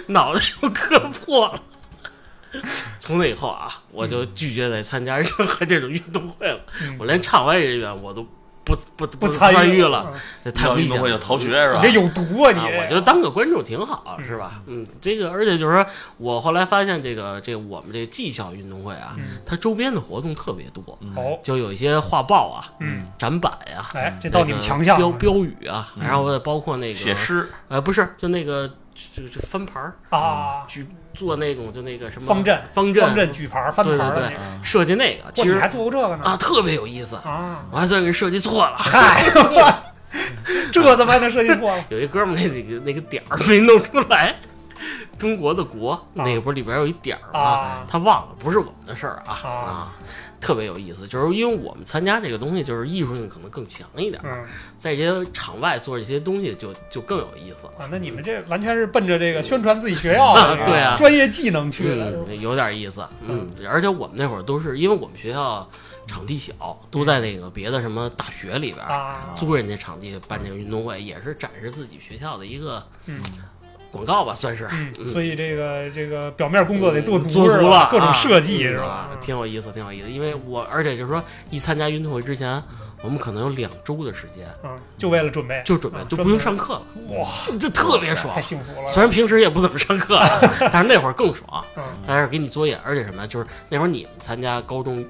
Speaker 1: 脑袋又磕破了。从那以后啊，我就拒绝再参加任何这种运动会了，
Speaker 3: 嗯
Speaker 1: 我连场外人员我都不不不
Speaker 3: 不参
Speaker 1: 与
Speaker 3: 与嗯
Speaker 1: 了，，这太
Speaker 2: 到
Speaker 1: 危
Speaker 2: 运动
Speaker 1: 险
Speaker 2: 会
Speaker 1: 了
Speaker 2: 就。逃学是
Speaker 3: 你
Speaker 2: 吧
Speaker 3: 这？有毒啊你！
Speaker 1: 啊，我觉得当个观众挺好，是吧？嗯，这个，而且就是说，我后来发现这个这个我们这个技校运动会啊，
Speaker 3: 嗯
Speaker 1: 它周边的活动特别多，
Speaker 3: 哦，
Speaker 1: 就有一些画报啊、
Speaker 3: 嗯，
Speaker 1: 展板呀、
Speaker 3: 哎，这到你们强项
Speaker 1: 标
Speaker 3: 了
Speaker 1: 标语啊，
Speaker 3: 嗯
Speaker 1: 然后包括那个
Speaker 2: 写诗
Speaker 1: 呃，不是，就那个就就翻牌儿，
Speaker 3: 啊，
Speaker 1: 举做那种就那个什么
Speaker 3: 方阵
Speaker 1: 方阵
Speaker 3: 方阵举牌翻牌的
Speaker 1: 嗯对
Speaker 3: 那
Speaker 1: 对
Speaker 3: 个，
Speaker 1: 设计那个，其
Speaker 3: 哇，你
Speaker 1: 实
Speaker 3: 还做过这个呢
Speaker 1: 啊特别有意思，
Speaker 3: 啊！
Speaker 1: 我还算给设计错了。
Speaker 3: 嗨，这怎么还能设计错了？
Speaker 1: 有一哥们儿那那个那个点儿没弄出来，中国的国、那个不是里边有一点儿吗？
Speaker 3: 啊
Speaker 1: 他忘了，不是我们的事儿啊
Speaker 3: 啊
Speaker 1: 特别有意思，就是因为我们参加这个东西，就是艺术性可能更强一点儿，
Speaker 3: 嗯
Speaker 1: 在这些场外做这些东西就就更有意思了。
Speaker 3: 啊，那你们这完全是奔着这个宣传自己学校的这个
Speaker 1: 对啊
Speaker 3: 专业技能去的，
Speaker 1: 嗯，有点意思，嗯，而且我们那会儿都是因为我们学校场地小，都在那个别的什么大学里边儿
Speaker 3: 啊，
Speaker 1: 租人家场地办这个运动会，也是展示自己学校的一个
Speaker 3: 嗯
Speaker 1: 广告吧，算是。
Speaker 3: 嗯，所以这个这个表面工作得做
Speaker 1: 做
Speaker 3: 是
Speaker 1: 足
Speaker 3: 吧
Speaker 1: 了，
Speaker 3: 各种设计
Speaker 1: 啊
Speaker 3: 是
Speaker 1: 啊
Speaker 3: 吧？嗯
Speaker 1: 挺有意思，挺有意思。因为我，而且就是说，一参加运动会之前，我们可能有两周的时间，
Speaker 3: 嗯，就为了准备，
Speaker 1: 就准备
Speaker 3: 啊
Speaker 1: 就不用上课了，
Speaker 3: 哇，
Speaker 1: 这特别爽
Speaker 3: 太。幸福了。
Speaker 1: 虽然平时也不怎么上课啊，但是那会儿更爽。
Speaker 3: 嗯
Speaker 1: 但是给你作业，而且什么，就是那会儿你们参加高中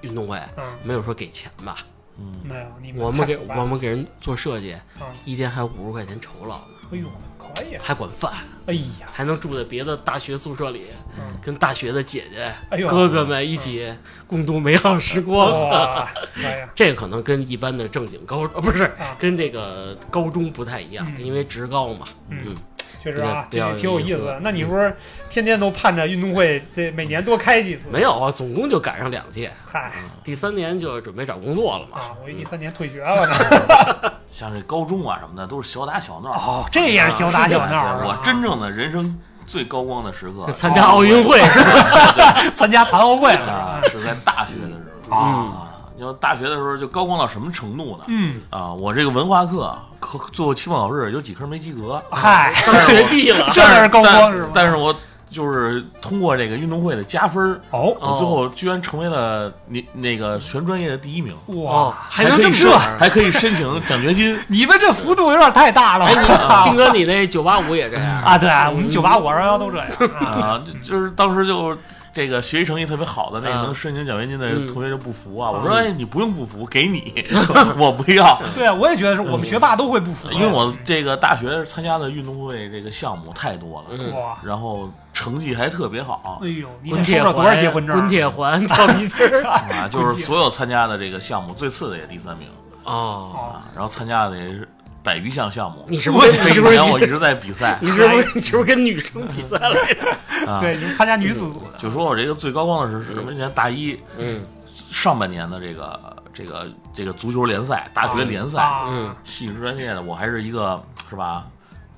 Speaker 1: 运动会，
Speaker 3: 嗯，
Speaker 1: 没有说给钱吧？
Speaker 2: 嗯，
Speaker 3: 没有，你
Speaker 1: 我
Speaker 3: 太
Speaker 1: 们给
Speaker 3: 腐败
Speaker 1: 我们给人做设计，
Speaker 3: 啊，
Speaker 1: 一天还五十块钱酬劳呢，
Speaker 3: 哎呦，可以啊，
Speaker 1: 还管饭，
Speaker 3: 哎呀，
Speaker 1: 还能住在别的大学宿舍里，
Speaker 3: 嗯
Speaker 1: 跟大学的姐姐、
Speaker 3: 哎呦，嗯
Speaker 1: 哥哥们一起共度美好时光。
Speaker 3: 哇，哎呀，
Speaker 1: 这可能跟一般的正经高呃不是
Speaker 3: 啊，
Speaker 1: 跟这个高中不太一样，
Speaker 3: 嗯
Speaker 1: 因为职高嘛。
Speaker 3: 嗯
Speaker 1: 嗯，
Speaker 3: 确实啊，
Speaker 1: 比
Speaker 3: 这
Speaker 1: 较
Speaker 3: 也挺有
Speaker 1: 比较
Speaker 3: 意
Speaker 1: 有意
Speaker 3: 思的
Speaker 1: 思。嗯
Speaker 3: 那你不是天天都盼着运动会这每年多开几次？
Speaker 1: 没有啊，总共就赶上两届，
Speaker 3: 嗨
Speaker 1: 第三年就准备找工作了嘛。
Speaker 3: 啊，我一第三年退学了呢。
Speaker 2: 像这高中啊什么的都是小打小闹。
Speaker 3: 哦，这也是小打小闹啊！
Speaker 2: 对我真正的人生最高光的时
Speaker 3: 嗯
Speaker 2: 刻
Speaker 1: 就，参加
Speaker 3: 哦
Speaker 1: 奥运会，
Speaker 3: 参加残奥会了
Speaker 2: 啊，。是在大学的时候
Speaker 1: 嗯
Speaker 2: 啊。你要大学的时候就高光到什么程度呢？
Speaker 3: 嗯，
Speaker 2: 啊，我这个文化课考最后期末考试有几科没及格，
Speaker 3: 嗨，
Speaker 1: 当学弟了。
Speaker 3: 这是高光
Speaker 2: 但
Speaker 3: 是吗？
Speaker 2: 但是我就是通过这个运动会的加分儿，
Speaker 3: 哦
Speaker 2: 我最后居然成为了你那个全专业的第一名，
Speaker 1: 哦，
Speaker 3: 哇，
Speaker 1: 还能
Speaker 2: 可
Speaker 1: 这
Speaker 2: 以
Speaker 1: 么
Speaker 2: 申
Speaker 1: 玩儿
Speaker 2: 还可以申请奖学金。
Speaker 3: 你们这幅度有点太大了
Speaker 1: 哎， 你斌哥，你那九八五也这样？
Speaker 3: 啊！对啊，我们九八五二幺幺都这样 啊。
Speaker 2: 啊，就就是当时就这个学习成绩特别好的那个
Speaker 1: 啊
Speaker 2: 能申请奖学金的
Speaker 1: 嗯
Speaker 2: 同学就不服啊，我
Speaker 1: 啊
Speaker 2: 说哎，你不用不服，给你，我不要，
Speaker 3: 对啊，我也觉得是我们学霸都会不服，啊
Speaker 2: 嗯因为我这个大学参加的运动会这个项目太多了，
Speaker 1: 嗯，
Speaker 3: 哇，
Speaker 2: 然后成绩还特别好
Speaker 3: 哎呦，你得
Speaker 1: 滚
Speaker 3: 收
Speaker 1: 铁
Speaker 3: 了
Speaker 1: 环，
Speaker 3: 多少结婚证？啊
Speaker 1: 滚铁环，跳皮筋儿。
Speaker 2: 啊，就是所有参加的这个项目最次的也第三名
Speaker 1: 哦，
Speaker 3: 哦，
Speaker 2: 啊，然后参加的也是百余项项目，
Speaker 1: 你是不是你
Speaker 2: 每
Speaker 1: 是不是
Speaker 2: 年我一直在比赛
Speaker 1: 你是不是你是不是跟女生比赛来着？
Speaker 2: 啊？
Speaker 3: 对，你们参加女子组的，
Speaker 2: 就说我这个最高光的是是什么？年大一
Speaker 1: 嗯
Speaker 2: 上半年的这个这个这个足球联赛，大学联赛，
Speaker 3: 啊
Speaker 1: 嗯
Speaker 2: 戏剧专业的，我还是一个是吧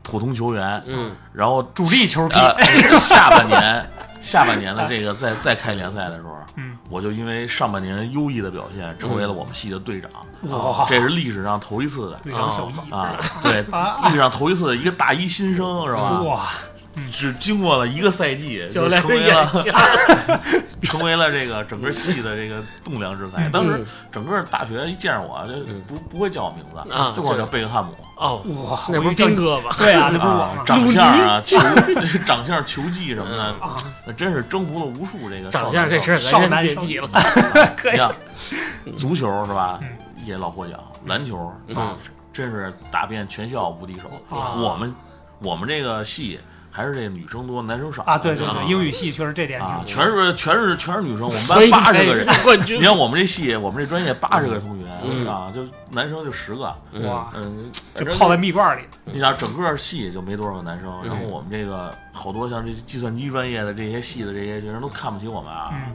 Speaker 2: 普通球员，
Speaker 1: 嗯，
Speaker 2: 然后
Speaker 3: 主力球屁，
Speaker 2: 呃 下半年下半年的这个再再开联赛的时候，
Speaker 3: 嗯，
Speaker 2: 我就因为上半年优异的表现，成为了我们系的队长，
Speaker 3: 哇，
Speaker 2: 这是历史上头一次的
Speaker 3: 队长小易
Speaker 2: 啊，对，
Speaker 3: 啊
Speaker 2: 历史上头一次一个大一新生是吧？
Speaker 3: 哇，
Speaker 2: 只经过了一个赛季，
Speaker 1: 教
Speaker 2: 就
Speaker 1: 练
Speaker 2: 成为
Speaker 1: 眼
Speaker 2: 了
Speaker 1: 瞎。
Speaker 2: 成为了这个整个系的这个栋梁之才。
Speaker 3: 嗯
Speaker 2: 当时整个大学一见着我就不不会叫我名字
Speaker 1: 啊，
Speaker 2: 就管我
Speaker 1: 这
Speaker 2: 叫贝克汉姆。
Speaker 1: 哦，
Speaker 3: 哇，
Speaker 1: 那不
Speaker 3: 我
Speaker 1: 是
Speaker 3: 一叫
Speaker 1: 斌
Speaker 3: 你
Speaker 1: 哥吧？
Speaker 3: 对啊，那不是我
Speaker 2: 啊
Speaker 3: 吗，？
Speaker 2: 长相啊，球长相、球技什么的，
Speaker 3: 啊，
Speaker 2: 那真是征服了无数这个
Speaker 1: 长相这事儿
Speaker 3: 少
Speaker 1: 咱
Speaker 3: 男
Speaker 1: 先别
Speaker 3: 少
Speaker 1: 提
Speaker 3: 女
Speaker 1: 了。
Speaker 3: 可
Speaker 2: 你
Speaker 3: 以，
Speaker 2: 看，足球是吧
Speaker 3: 嗯？
Speaker 2: 也老获奖，篮球
Speaker 1: 嗯
Speaker 2: 啊，真是打遍全校无敌手。
Speaker 3: 啊
Speaker 2: 我们我们这个系还是这女生多，男生少
Speaker 3: 啊，对对
Speaker 1: 啊
Speaker 3: 对，英语系确实这点
Speaker 2: 啊，
Speaker 3: 挺
Speaker 2: 全是全是全是女生，我们
Speaker 1: 所以
Speaker 2: 班八
Speaker 1: 才
Speaker 2: 十个人。
Speaker 1: 是冠
Speaker 2: 你
Speaker 1: 军。
Speaker 2: 看我们这系，我们这专业八十个同学
Speaker 1: 嗯
Speaker 2: 啊，就男生就十个，
Speaker 1: 嗯
Speaker 3: 哇，
Speaker 2: 嗯，
Speaker 3: 啊
Speaker 2: 反
Speaker 3: 就
Speaker 2: 正
Speaker 3: 泡在蜜罐里，
Speaker 2: 你想整个系也就没多少个男生，
Speaker 1: 嗯
Speaker 2: 然后我们这个好多像这计算机专业的这些系的这些人都看不起我们啊。
Speaker 3: 嗯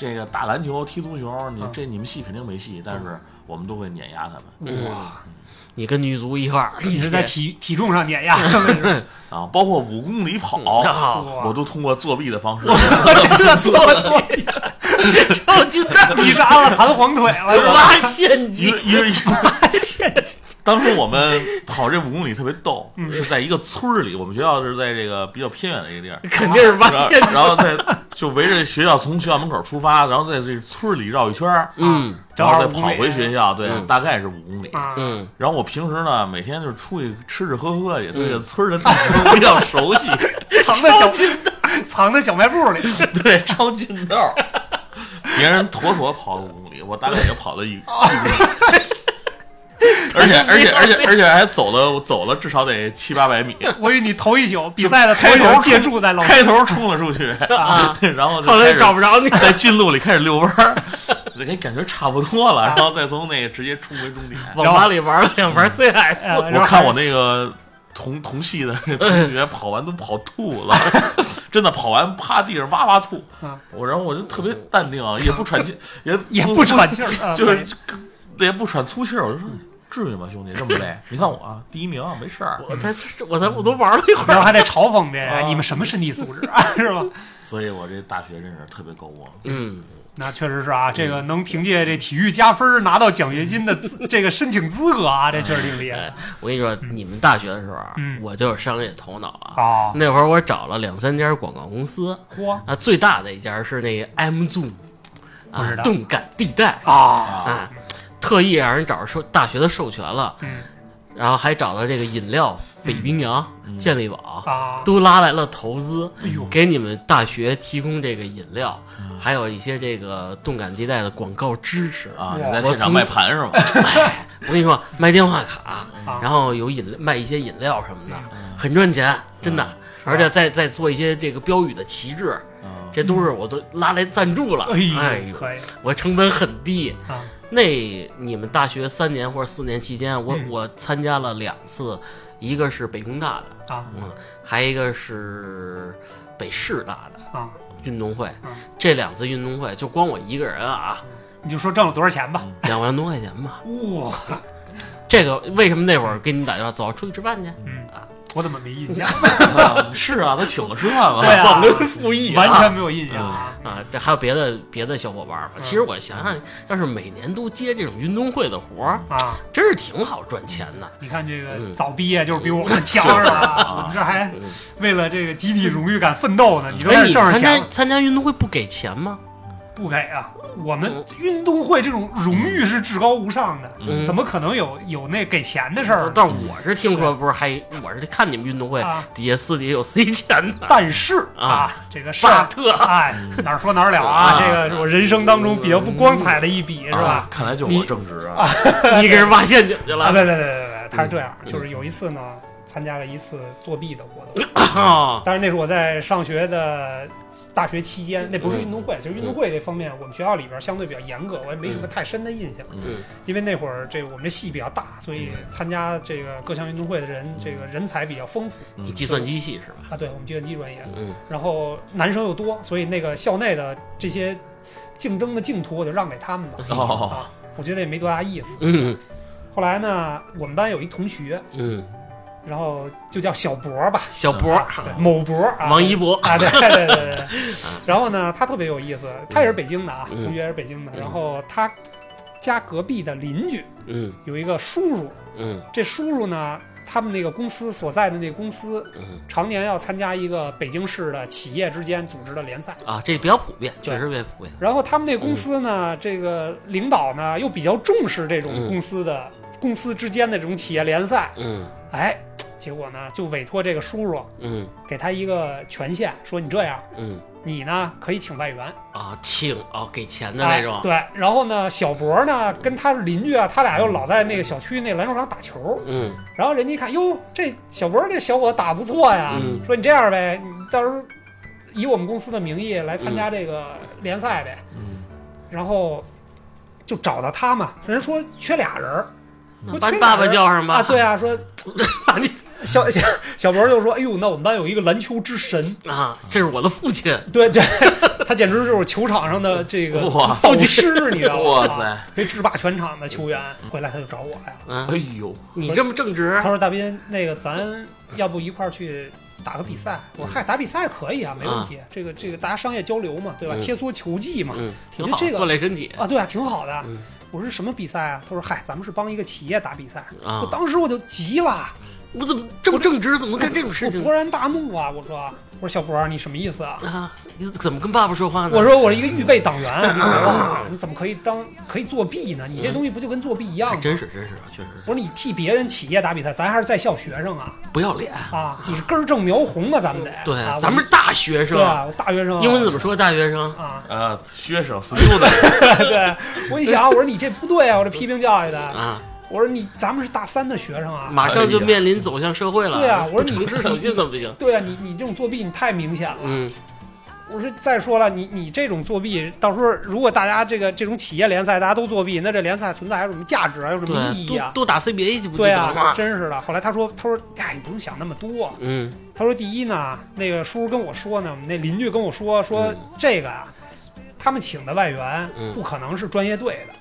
Speaker 2: 这个打篮球、踢足球，你
Speaker 3: 嗯
Speaker 2: 这你们系肯定没戏，但是我们都会碾压他们
Speaker 3: 哇，
Speaker 1: 嗯你跟女足一块儿
Speaker 3: 一
Speaker 1: 起
Speaker 3: 直在体体重 上碾压，
Speaker 2: 啊！包括五公里
Speaker 3: 嗯
Speaker 2: 跑，
Speaker 1: 啊，
Speaker 2: 哦我都通过作弊的方式，
Speaker 3: 这做 做，
Speaker 1: 超级蛋
Speaker 3: 你是安了弹簧腿了是 吧？
Speaker 1: 挖陷
Speaker 2: 因
Speaker 1: 阱。
Speaker 2: 为因为当时我们跑这五公里特别逗，是在一个村儿里，我们学校是在这个比较偏远的一个地儿，
Speaker 1: 肯定是挖
Speaker 2: 然后
Speaker 1: 陷阱。
Speaker 2: 然后在就围着学校从学校门口出发，然后在这村儿里绕一圈儿，
Speaker 1: 嗯
Speaker 2: 然后再跑回学校，对，
Speaker 1: 嗯
Speaker 2: 大概是五公里。
Speaker 3: 啊，
Speaker 1: 嗯，
Speaker 2: 然后我平时呢，每天就是出去吃吃喝喝去，对
Speaker 1: 嗯
Speaker 2: 这村儿的地形比较熟悉，
Speaker 3: 藏在小 藏在小卖部里，
Speaker 2: 对，抄近道儿。别人妥妥跑了五公里，我大概也跑了一一公里。 而且而且而且而且还走了走了至少得七八百米，
Speaker 3: 我与你头一宿比赛的头一
Speaker 2: 开头
Speaker 3: 宿借住在楼
Speaker 2: 开头冲了出去，
Speaker 3: 啊
Speaker 2: 然后就
Speaker 1: 后来
Speaker 2: 开始
Speaker 1: 找不着你。
Speaker 2: 在近路里开始遛弯儿，就给感觉差不多了，然后再从那个直接冲回终点。
Speaker 1: 网吧里玩了两盘 CS，
Speaker 3: 呃然
Speaker 2: 我
Speaker 3: 后
Speaker 2: 看我那个同同系的同学跑完都跑吐了，真的跑完趴地上哇哇吐
Speaker 3: 啊。
Speaker 2: 我然后我就特别淡定啊，也不喘气，也
Speaker 3: 也不喘， 气儿，啊
Speaker 2: 就是也不喘粗气儿。我就说至于吗，兄弟这么累？你看我啊，第一名啊没事儿。
Speaker 1: 我才我才我都玩了一会
Speaker 3: 然后
Speaker 1: 儿。
Speaker 3: 还得嘲讽这
Speaker 2: 啊
Speaker 3: 人，你们什么身体素质啊， 是吧？
Speaker 2: 所以我这大学真是特别高光。
Speaker 1: 嗯，
Speaker 3: 那确实是啊，这个能凭借这体育加分儿拿到奖学金的资这个申请资格啊，这确实挺厉害的
Speaker 1: 哎，我跟你说，你们大学的时候啊
Speaker 3: 嗯，
Speaker 1: 我就有商业头脑了。
Speaker 2: 嗯
Speaker 3: 啊！
Speaker 1: 那会儿我找了两三家广告公司
Speaker 3: 嚯
Speaker 1: 啊，最大的一家是那个 M Zoom，
Speaker 3: 不
Speaker 1: 啊
Speaker 3: 知，道
Speaker 1: 动感地带
Speaker 3: 啊，
Speaker 1: 啊，特意让人找着授大学的授权了，
Speaker 3: 嗯
Speaker 1: 然后还找到这个饮料北冰洋、
Speaker 2: 嗯
Speaker 1: 健力宝、
Speaker 3: 啊，
Speaker 1: 都拉来了投资，
Speaker 3: 哎呦，
Speaker 1: 给你们大学提供这个饮料，
Speaker 3: 嗯
Speaker 1: 还有一些这个动感地带的广告支持。
Speaker 2: 啊，
Speaker 3: 哎
Speaker 2: 你
Speaker 3: 呀
Speaker 2: 在现场
Speaker 1: 我从
Speaker 2: 卖盘是吗？
Speaker 1: 哎，我跟你说，卖电话卡，
Speaker 3: 啊嗯
Speaker 1: 然后有饮卖一些饮料什么的，很赚钱，真的。而且再再做一些这个标语的旗帜，
Speaker 2: 嗯
Speaker 1: 这都是我都拉来赞助了。哎
Speaker 3: 哎
Speaker 1: 呦
Speaker 3: 呦，可以
Speaker 1: 我成本很低。
Speaker 3: 啊，
Speaker 1: 那你们大学三年或者四年期间，我、
Speaker 3: 嗯
Speaker 1: 我参加了两次，一个是北工大的，
Speaker 3: 啊
Speaker 1: 嗯，还有一个是北师大的
Speaker 3: 啊，
Speaker 1: 运动会。
Speaker 3: 嗯
Speaker 1: 这两次运动会就光我一个人啊，
Speaker 3: 你就说挣了多少钱吧。
Speaker 1: 两万多块钱吧。
Speaker 3: 哇，
Speaker 1: 这个为什么那会儿给你打电话走出去吃饭去？
Speaker 3: 嗯
Speaker 1: 啊，
Speaker 3: 我怎么 没印象？
Speaker 2: 啊 是啊，他请我吃饭嘛
Speaker 3: 对。啊，
Speaker 1: 复议
Speaker 3: 完全没有印象啊。
Speaker 1: 啊，这还有别的别的小伙伴儿吗？
Speaker 3: 嗯
Speaker 1: 其实我想想，要是每年都接这种运动会的活儿，
Speaker 3: 啊，
Speaker 1: 真是挺好赚钱的。
Speaker 3: 你看这个
Speaker 1: 嗯
Speaker 3: 早毕业就是比我们强 是吧？
Speaker 2: 啊
Speaker 3: 我们这还
Speaker 1: 嗯
Speaker 3: 为了这个集体荣誉感奋斗呢，你都
Speaker 1: 哎，
Speaker 3: 在
Speaker 1: 你
Speaker 3: 这挣着
Speaker 1: 参加
Speaker 3: 钱了
Speaker 1: 参加运动会不给钱吗？
Speaker 3: 不给啊？我们运动会这种荣誉是至高无上的，
Speaker 1: 嗯
Speaker 3: 怎么可能有有那给钱的事儿呢？
Speaker 1: 但我是听说，不是还我是看你们运动会
Speaker 3: 啊
Speaker 1: 底下私底下有塞钱的，
Speaker 3: 但是啊
Speaker 1: 啊，嗯
Speaker 3: 这个事
Speaker 1: 巴
Speaker 3: 儿，
Speaker 1: 特，
Speaker 3: 哎，哪儿说哪儿了啊？
Speaker 2: 啊
Speaker 3: 这个是我人生当中比较不光彩的一
Speaker 1: 嗯
Speaker 3: 笔，是
Speaker 2: 啊
Speaker 3: 吧？
Speaker 2: 看来就
Speaker 1: 你
Speaker 2: 我正直啊。
Speaker 1: 你给人挖陷阱去
Speaker 3: 啊，
Speaker 1: 了嗯
Speaker 3: 对对对对对，他是这样，就是有一次呢，参加了一次作弊的活动，
Speaker 1: 啊？
Speaker 3: 但是那是我在上学的大学期间，那不
Speaker 1: 嗯
Speaker 3: 是运动会，就是运动会这方面，我们学校里边相对比较严格，我也没什么太深的印象，
Speaker 1: 嗯
Speaker 3: 因为那会儿这我们这系比较大，所以参加这个各项运动会的人，这个人才比较丰富
Speaker 1: 你计算机系是吧？
Speaker 3: 啊。对我们计算机专业，
Speaker 1: 嗯
Speaker 3: 然后男生又多，所以那个校内的这些竞争的净土我就让给他们吧。
Speaker 2: 哦，
Speaker 3: 啊，我觉得也没多大意思。
Speaker 1: 嗯
Speaker 3: 后来呢，我们班有一同学，
Speaker 1: 嗯，
Speaker 3: 然后就叫小博吧，啊
Speaker 1: 小博，
Speaker 3: 对某博啊，
Speaker 1: 王一博，啊
Speaker 3: 啊，对对对对 对。然后呢，他特别有意思，他也是北京的啊，
Speaker 1: 嗯
Speaker 3: 同学也是北京的。
Speaker 1: 嗯
Speaker 3: 然后他家隔壁的邻居
Speaker 1: 嗯
Speaker 3: 有一个叔叔，
Speaker 1: 嗯
Speaker 3: 这叔叔呢，他们那个公司所在的那个公司。
Speaker 1: 嗯
Speaker 3: 常年要参加一个北京市的企业之间组织的联赛，
Speaker 1: 啊，这比较普遍，
Speaker 3: 对
Speaker 1: 确实比较普遍。
Speaker 3: 然后他们那公司呢，这个领导呢又比较重视这种
Speaker 1: 嗯
Speaker 3: 公司的、公司之间的这种企业联赛，
Speaker 1: 嗯
Speaker 3: 哎，结果呢就委托这个叔叔
Speaker 1: 嗯
Speaker 3: 给他一个权限，说你这样，
Speaker 1: 嗯
Speaker 3: 你呢可以请外援
Speaker 1: 啊，请啊，给钱的那
Speaker 3: 哎
Speaker 1: 种。
Speaker 3: 对，然后呢，小博呢跟他邻居啊，他俩又老在那个小区那篮球场打球，
Speaker 1: 嗯
Speaker 3: 然后人家一看，哟，这小博这小伙打不错呀，
Speaker 1: 嗯
Speaker 3: 说你这样呗，你到时候以我们公司的名义来参加这个联赛呗。
Speaker 2: 嗯
Speaker 3: 然后就找到他嘛。人家说缺俩人儿，说
Speaker 1: 把
Speaker 3: 缺
Speaker 1: 你
Speaker 3: 俩
Speaker 1: 嗯爸
Speaker 3: 人
Speaker 1: 爸
Speaker 3: 儿
Speaker 1: 叫上吧。
Speaker 3: 啊，对啊，说
Speaker 1: 把你
Speaker 3: 小 小小博就说，哎呦，那我们班有一个篮球之神，
Speaker 1: 啊，这是我的父亲。
Speaker 3: 对对，他简直就是球场上的这个
Speaker 2: 哇
Speaker 3: 导师，你知道吗？
Speaker 2: 哇塞，
Speaker 3: 这制霸全场的球员回来他就找我来
Speaker 1: 嗯
Speaker 3: 了，
Speaker 2: 哎，呦，
Speaker 1: 你这么正直
Speaker 3: 他，说大斌，那个咱要不一块儿去。打个比赛，我
Speaker 1: 嗯
Speaker 3: 说嗨，打比赛可以啊，没问题。这个这个，大家商业交流嘛，对吧？
Speaker 1: 嗯
Speaker 3: 切磋球技嘛，
Speaker 1: 嗯，挺
Speaker 3: 我
Speaker 1: 好，
Speaker 3: 觉得这个
Speaker 1: 锻炼身体
Speaker 3: 啊，对啊，挺好的。
Speaker 1: 嗯
Speaker 3: 我说什么比赛啊？他说嗨，咱们是帮一个企业打比赛。我
Speaker 1: 啊。
Speaker 3: 当时我就急了，
Speaker 1: 我怎么这么正直，怎么干这种事
Speaker 3: 我
Speaker 1: 情
Speaker 3: 勃然大怒啊！我说，我说小博儿，你什么意思啊？
Speaker 1: 啊？你怎么跟爸爸说话呢？哎
Speaker 3: 我说我是一个预备党员， 你知道吧？你怎么可以当可以作弊呢？你这东西不就跟作弊一样
Speaker 1: 哎
Speaker 3: 吗？
Speaker 1: 真是真是，确实
Speaker 3: 我
Speaker 1: 是
Speaker 3: 说你替别人企业打比赛，咱还是在校学生啊
Speaker 1: 不要脸。
Speaker 3: 啊！你是根正苗红啊，咱们得
Speaker 1: 对
Speaker 3: 啊，
Speaker 1: 咱们是大学
Speaker 3: 我
Speaker 1: 生
Speaker 3: 对，啊，我大学生啊，
Speaker 1: 英文怎么说？大学生
Speaker 3: 啊？
Speaker 2: 啊，学生死丢的，
Speaker 1: 啊
Speaker 3: 对，我一想，我说你这不对啊，我这批评教育的，
Speaker 1: 啊，
Speaker 3: 我说你咱们是大三的学生啊，
Speaker 1: 马上就面临走向社会了。
Speaker 3: 对啊，我说你
Speaker 1: 不诚实守信怎么不行？
Speaker 3: 对啊，你你这种作弊你太明显了。
Speaker 1: 嗯
Speaker 3: 我说再说了，你你这种作弊，到时候如果大家这个这种企业联赛大家都作弊，那这联赛存在还有什么价值啊？还有什么意
Speaker 1: 对，
Speaker 3: 义啊
Speaker 1: 都？都打 CBA 去不就
Speaker 3: 对
Speaker 1: 行
Speaker 3: 啊，
Speaker 1: 了吗？
Speaker 3: 真是的。后来他说，他说，哎，你不用想那么多。
Speaker 1: 嗯
Speaker 3: 他说，第一呢，那个叔叔跟我说呢，我们那邻居跟我说说这个啊，他们请的外援
Speaker 1: 嗯
Speaker 3: 不可能是专业队的，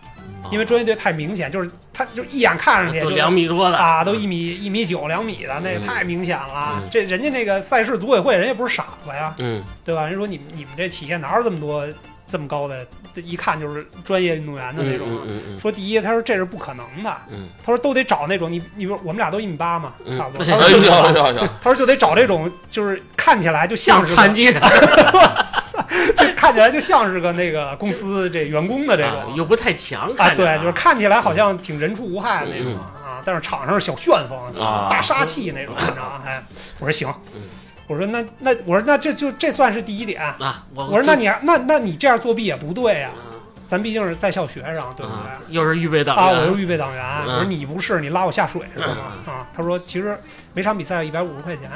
Speaker 1: 哦
Speaker 3: 因为专业队太明显，就是他就一眼看上去
Speaker 1: 都
Speaker 3: 就
Speaker 1: 两米多了
Speaker 3: 啊，都一米一米九两米的，那
Speaker 1: 嗯
Speaker 3: 太明显了
Speaker 1: 嗯。
Speaker 3: 这人家那个赛事组委会人也不是傻子呀，
Speaker 1: 嗯
Speaker 3: 对吧？人说你们你们这企业哪有这么多这么高的，这一看就是专业运动员的那
Speaker 1: 嗯
Speaker 3: 种啊。
Speaker 1: 嗯嗯
Speaker 3: 说第一，他说这是不可能的，
Speaker 1: 嗯
Speaker 3: 他说都得找那种你你比如我们俩都一米八嘛，
Speaker 1: 嗯
Speaker 3: 差不多。
Speaker 1: 哎
Speaker 3: 他
Speaker 2: 哎
Speaker 3: 说
Speaker 2: 呦
Speaker 3: 就
Speaker 2: 呦呦呦，
Speaker 3: 他说就得找这种就是看起来就啊
Speaker 1: 像
Speaker 3: 像是
Speaker 1: 残疾人，
Speaker 3: 操 就看起来就像是个那个公司这员工的这
Speaker 1: 啊
Speaker 3: 种
Speaker 1: 又不太强，
Speaker 3: 啊，
Speaker 1: 看嗯着
Speaker 3: 对，就是看起来好像挺人畜无害的那种啊，但是场上是小旋风
Speaker 2: 啊
Speaker 3: 大杀气那种，你知道吗？哎，我说行
Speaker 1: 嗯，
Speaker 3: 我说那那我说那这就这算是第一点。
Speaker 1: 啊，我
Speaker 3: 我说那你那那你这样作弊也不对呀、
Speaker 1: 啊
Speaker 3: 咱毕竟是在校学生，对不对？
Speaker 1: 啊，又是预备党
Speaker 3: 啊，我
Speaker 1: 员
Speaker 3: 是预备党员。我说你不是，你拉我下水是吗？啊，他说其实每场比赛一百五十块钱。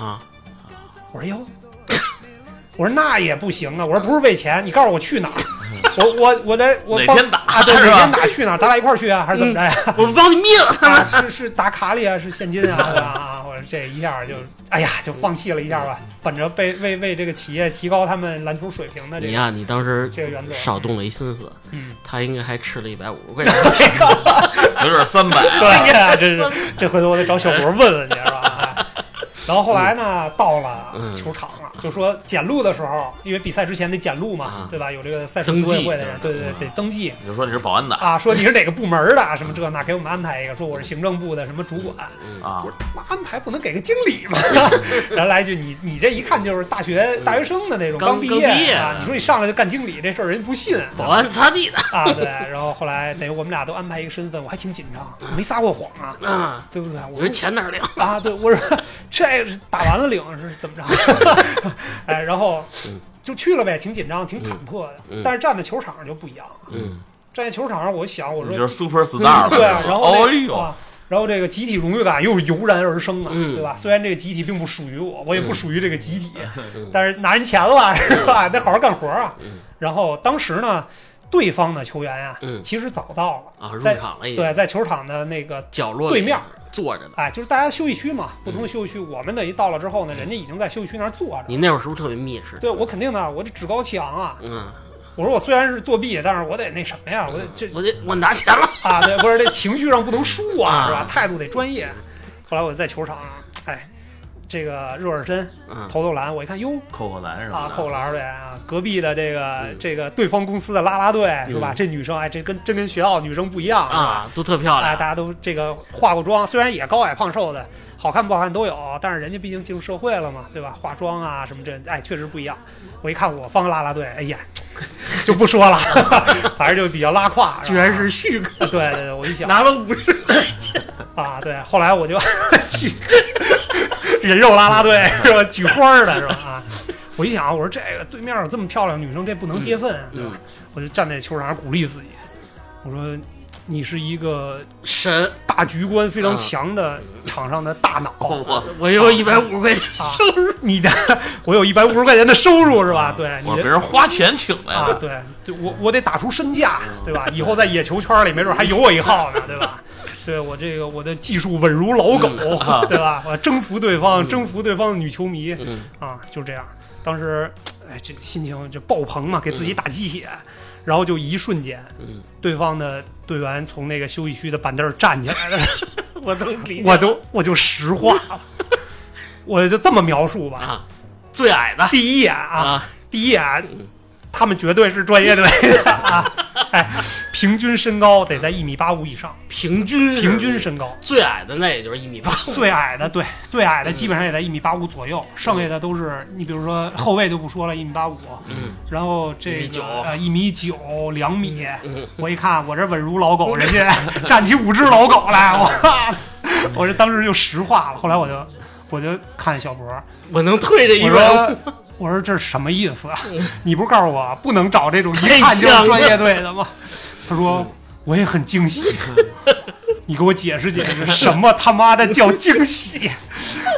Speaker 1: 啊，
Speaker 3: 我说哟，我说那也不行啊。我说不是为钱，你告诉我去哪儿？我我我得我
Speaker 2: 哪
Speaker 3: 帮
Speaker 2: 天打
Speaker 3: 啊？对，
Speaker 2: 是
Speaker 3: 哪天
Speaker 2: 吧？
Speaker 3: 打去哪儿？咱俩一块儿去啊？还是怎么着呀？
Speaker 1: 我帮你灭了他
Speaker 3: 啊
Speaker 1: 们。
Speaker 3: 是是打卡里啊？是现金啊？啊！我说这一下就哎呀，就放弃了一下吧。本着被为为这个企业提高他们篮球水平的这
Speaker 1: 你
Speaker 3: 个
Speaker 1: 呀，你当时
Speaker 3: 这个原则，
Speaker 1: 少动了一心思，
Speaker 3: 嗯，
Speaker 1: 他应该还吃了一百五十块钱。
Speaker 2: 有点三百，
Speaker 1: 啊
Speaker 2: 啊
Speaker 3: 对哎呀，这是这回头我得找小博问问去，是吧？ 哎然后后来呢，到了
Speaker 1: 嗯
Speaker 3: 球场了，就说检录的时候，因为比赛之前得检录嘛
Speaker 1: 啊，
Speaker 3: 对吧？有这个赛事
Speaker 1: 登
Speaker 3: 组委
Speaker 1: 记啊
Speaker 3: 会的人，对对对，得登记
Speaker 2: 你就说你是保安的
Speaker 3: 啊，说你是哪个部门的，啊什么这那，给我们安排一个。说我是行政部
Speaker 1: 嗯
Speaker 3: 的什么主管，
Speaker 2: 啊
Speaker 3: 我，说他妈安排不能给个经理 吗？然后来一句你你这一看就是大学大学生的那
Speaker 1: 嗯
Speaker 3: 种，
Speaker 1: 刚
Speaker 3: 毕
Speaker 1: 刚毕业
Speaker 3: 啊，你说你上来就干经理这事儿，人家不信。
Speaker 1: 保安擦地的
Speaker 3: 啊，对，然后后来等于我们俩都安排一个身份，我还挺紧张，我没撒过谎啊，
Speaker 1: 啊，
Speaker 3: 对不对？我
Speaker 1: 你说钱哪儿领？
Speaker 3: 啊，对，我说这是打完了领是怎么着？ 哎，然后
Speaker 1: 嗯
Speaker 3: 就去了呗，挺紧张，挺忐忑的。
Speaker 1: 嗯
Speaker 3: 但是站在球场上就不一样了，
Speaker 1: 嗯，
Speaker 3: 站在球场上，我想我
Speaker 2: 你
Speaker 3: 说
Speaker 2: 就是 super star 了，
Speaker 3: 对啊，
Speaker 2: 是吧
Speaker 3: 然后那
Speaker 2: 哎呦，
Speaker 3: 啊然后这个集体荣誉感又油然而生啊，
Speaker 1: 嗯
Speaker 3: 对吧？虽然这个集体并不属于我，我也不
Speaker 1: 嗯
Speaker 3: 属于这个集体，
Speaker 1: 嗯
Speaker 3: 但是拿人钱了 是吧？得好好干活啊。
Speaker 1: 嗯
Speaker 3: 然后当时呢，对方的球员啊，
Speaker 1: 嗯
Speaker 3: 其实早到了，
Speaker 1: 啊，入
Speaker 3: 在
Speaker 1: 场了已经，
Speaker 3: 对，在球场的那个
Speaker 1: 角落里
Speaker 3: 对面
Speaker 1: 坐着呢。
Speaker 3: 哎，就是大家休息区嘛，不
Speaker 1: 嗯
Speaker 3: 同的休息区，我们等于到了之后呢，人家已经在休息区那儿坐着。
Speaker 1: 你那会儿是不是特别蔑视？
Speaker 3: 对我肯定的，我这趾高气昂啊！
Speaker 1: 嗯，
Speaker 3: 我说我虽然是作弊，但是我得那什么呀，我得这
Speaker 1: 我这我拿钱了。
Speaker 3: 啊，对，不是这情绪上不能输啊，
Speaker 1: 啊
Speaker 3: 是吧？态度得专业。后来我在球场上，哎，这个热热身，
Speaker 1: 嗯，
Speaker 3: 投投篮，我一看，哟
Speaker 2: 扣扣篮什么
Speaker 3: 啊，
Speaker 2: 的，
Speaker 3: 扣篮儿呗啊，隔壁的这个
Speaker 1: 嗯
Speaker 3: 这个对方公司的啦啦队是吧？
Speaker 1: 嗯
Speaker 3: 这女生哎，这跟真跟学校女生不一样是吧？
Speaker 1: 啊，都特漂
Speaker 3: 哎，
Speaker 1: 亮。
Speaker 3: 大家都这个化过妆，虽然也高矮胖瘦的，好看不好看都有，但是人家毕竟进入社会了嘛，对吧？化妆啊什么这，哎，确实不一样。我一看我方啦啦队，哎呀，就不说了， 反正就比较拉胯，
Speaker 1: 居然是旭哥
Speaker 3: 对对对，我一想
Speaker 1: 拿了五十，
Speaker 3: 啊，对，后来我就 去人肉啦啦队
Speaker 1: 嗯
Speaker 3: 是吧？举花儿的是吧？啊，我一想，我说这个对面有这么漂亮的女生，这不能跌份，对吧？
Speaker 1: 嗯，
Speaker 3: 我就站在球场上鼓励自己，我说你是一个
Speaker 1: 神！
Speaker 3: 大局观
Speaker 1: 嗯
Speaker 3: 非常强的场上的大脑
Speaker 2: 我
Speaker 1: 我有一百五十块钱，
Speaker 3: 啊，你的我有一百五十块钱的收入是吧？对，
Speaker 2: 我
Speaker 3: 你
Speaker 2: 别
Speaker 3: 的
Speaker 2: 人花钱请的
Speaker 3: 啊，
Speaker 2: 呀，
Speaker 3: 对，对我我得打出身价，
Speaker 1: 嗯
Speaker 3: 对吧？以后在野球圈里没准还有我一号呢，对吧？对我这个我的技术稳如老狗，
Speaker 1: 嗯
Speaker 3: 对吧？我征服对方，征服对方的女球迷
Speaker 1: 嗯
Speaker 3: 啊，就这样。当时，哎，这心情就爆棚嘛，给自己打鸡血，然后就一瞬间，
Speaker 1: 嗯，
Speaker 3: 对方的队员从那个休息区的板凳儿站起来了。
Speaker 1: 我能理解。
Speaker 3: 我都我就实话 了，我就这么描述吧。
Speaker 1: 啊，最矮的
Speaker 3: 第一眼啊，
Speaker 1: 啊，
Speaker 3: 第一眼，他们绝对是专业队的啊！ 哎，平均身高得在一米八五以上，
Speaker 1: 平均
Speaker 3: 平均身高。
Speaker 1: 最矮的那也就是一米八 五。
Speaker 3: 最矮的对，最矮的基本上也在一米八五左右，剩下的都是你比如说后卫就不说了，一米八五，
Speaker 1: 嗯
Speaker 3: 然后这
Speaker 1: 1.9
Speaker 3: 个呃一米九两米，
Speaker 1: 嗯
Speaker 3: 我一看我这稳如老狗，人家 站起五只老狗来，我我这当时就石化了。后来我就我就看小博，
Speaker 1: 我能退这一
Speaker 3: 我
Speaker 1: 百
Speaker 3: 说，我说这是什么意思啊？你不是告诉我不能找这种一
Speaker 1: 嗯太
Speaker 3: 看就
Speaker 1: 像
Speaker 3: 是
Speaker 1: 了嗯
Speaker 3: 专业队的吗？他说我也很惊 喜，你给我解释解释什么他妈的叫惊喜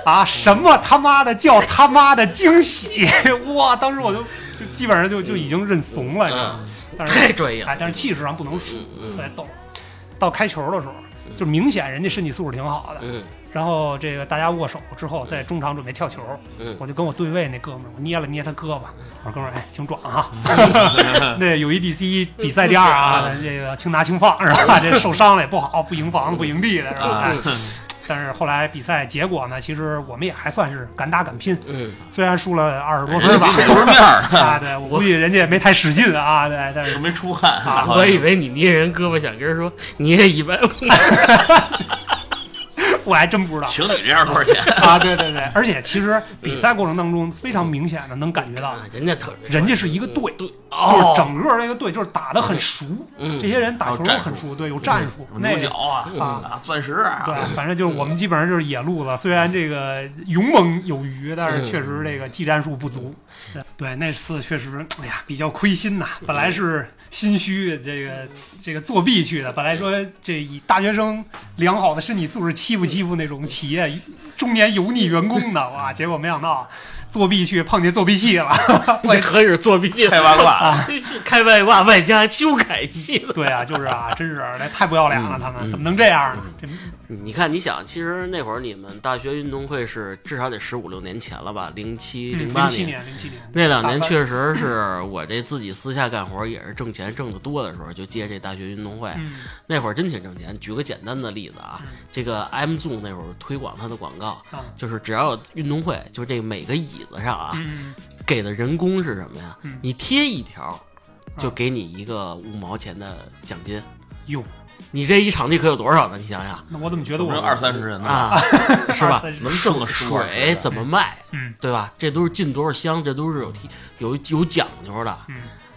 Speaker 3: 啊？什么他妈的叫他妈的惊喜？ 哇！当时我就就基本上就就已经认怂了，你知道吗？
Speaker 1: 嗯，
Speaker 3: 但是
Speaker 1: 太专业了。
Speaker 3: 哎，但是气势上不能输，
Speaker 1: 嗯
Speaker 3: 特别逗。到开球的时候，就明显人家身体素质挺好的，
Speaker 1: 嗯
Speaker 3: 然后这个大家握手之后，在中场准备跳球，
Speaker 1: 嗯
Speaker 3: 我就跟我对位那哥们儿，我捏了捏他胳膊，我说哥们儿，哎，挺壮啊，
Speaker 1: 嗯
Speaker 3: 那友谊 DC 比赛第二啊， 这个轻拿轻放是吧？这受伤了也不好，不赢房不赢地的是吧？哎
Speaker 1: 嗯
Speaker 3: 但是后来比赛结果呢，其实我们也还算是敢打敢拼，
Speaker 1: 嗯，哎
Speaker 3: 虽然输了二十多
Speaker 2: 人家
Speaker 3: 分吧
Speaker 2: 给，你留着面儿呢，
Speaker 3: 啊，对我估计人家也没太使劲啊，对，但是
Speaker 2: 都没出汗，
Speaker 3: 啊
Speaker 1: 我以为你捏人胳膊想跟人说你也一百五，
Speaker 3: 我还真不知道。
Speaker 2: 请你这样多少 钱？
Speaker 3: 啊，对对对，而且其实比赛过程当中非常明显的能感觉到，
Speaker 1: 啊人家特
Speaker 3: 人家是一个队，就
Speaker 1: 哦
Speaker 3: 是整个这个队就是打得很熟，
Speaker 1: 嗯
Speaker 3: 这些人
Speaker 2: 还
Speaker 3: 打
Speaker 2: 有
Speaker 3: 球都
Speaker 2: 战
Speaker 3: 很
Speaker 2: 术
Speaker 3: 熟，对，有战术，那
Speaker 2: 鹿角
Speaker 3: 个
Speaker 2: 啊啊，钻石啊，
Speaker 3: 对，反正就是我们基本上就是野路子，虽然这个勇猛有余，但是确实这个技战术不足。对，那次确实，哎呀，比较亏心呐。本来是心虚，这个这个作弊去的，本来说这以大学生良好的身体素质欺负欺负那种企业中年油腻员工呢，哇，结果没想到作弊去碰见作弊器了。
Speaker 1: 这可以是作弊 器，
Speaker 2: 开八卦，啊
Speaker 3: 啊
Speaker 1: 是开外挂外加修改器。
Speaker 3: 对啊，就是啊，真是那太不要脸了，他们怎么能这样呢？这
Speaker 1: 你看，你想，其实那会儿你们大学运动会是至少得十五六年前了吧，零七八
Speaker 3: 嗯零七年，零七年
Speaker 1: 那两年
Speaker 3: 大三
Speaker 1: 确实是我这自己私下干活也是挣钱挣得多的时候，就接这大学运动会。
Speaker 3: 嗯
Speaker 1: 那会儿真挺挣钱。举个简单的例子啊，
Speaker 3: 嗯
Speaker 1: 这个 M Zoom 那会儿推广它的广告，
Speaker 3: 啊
Speaker 1: 就是只要有运动会，就是这每个椅子上啊，
Speaker 3: 嗯，
Speaker 1: 给的人工是什么呀？
Speaker 3: 嗯啊
Speaker 1: 你贴一条，就给你一个五毛钱的奖金。
Speaker 3: 哟，
Speaker 1: 你这一场地可有多少呢？你想想
Speaker 3: 那我怎么觉得
Speaker 2: 总
Speaker 3: 我
Speaker 2: 共二三十人呢，
Speaker 1: 啊，是吧？
Speaker 3: 二三十
Speaker 2: 能挣个十五二十
Speaker 1: 水怎么卖，
Speaker 3: 嗯
Speaker 1: 对吧？这都是进多少箱，这都是有提有有讲究的。
Speaker 3: 嗯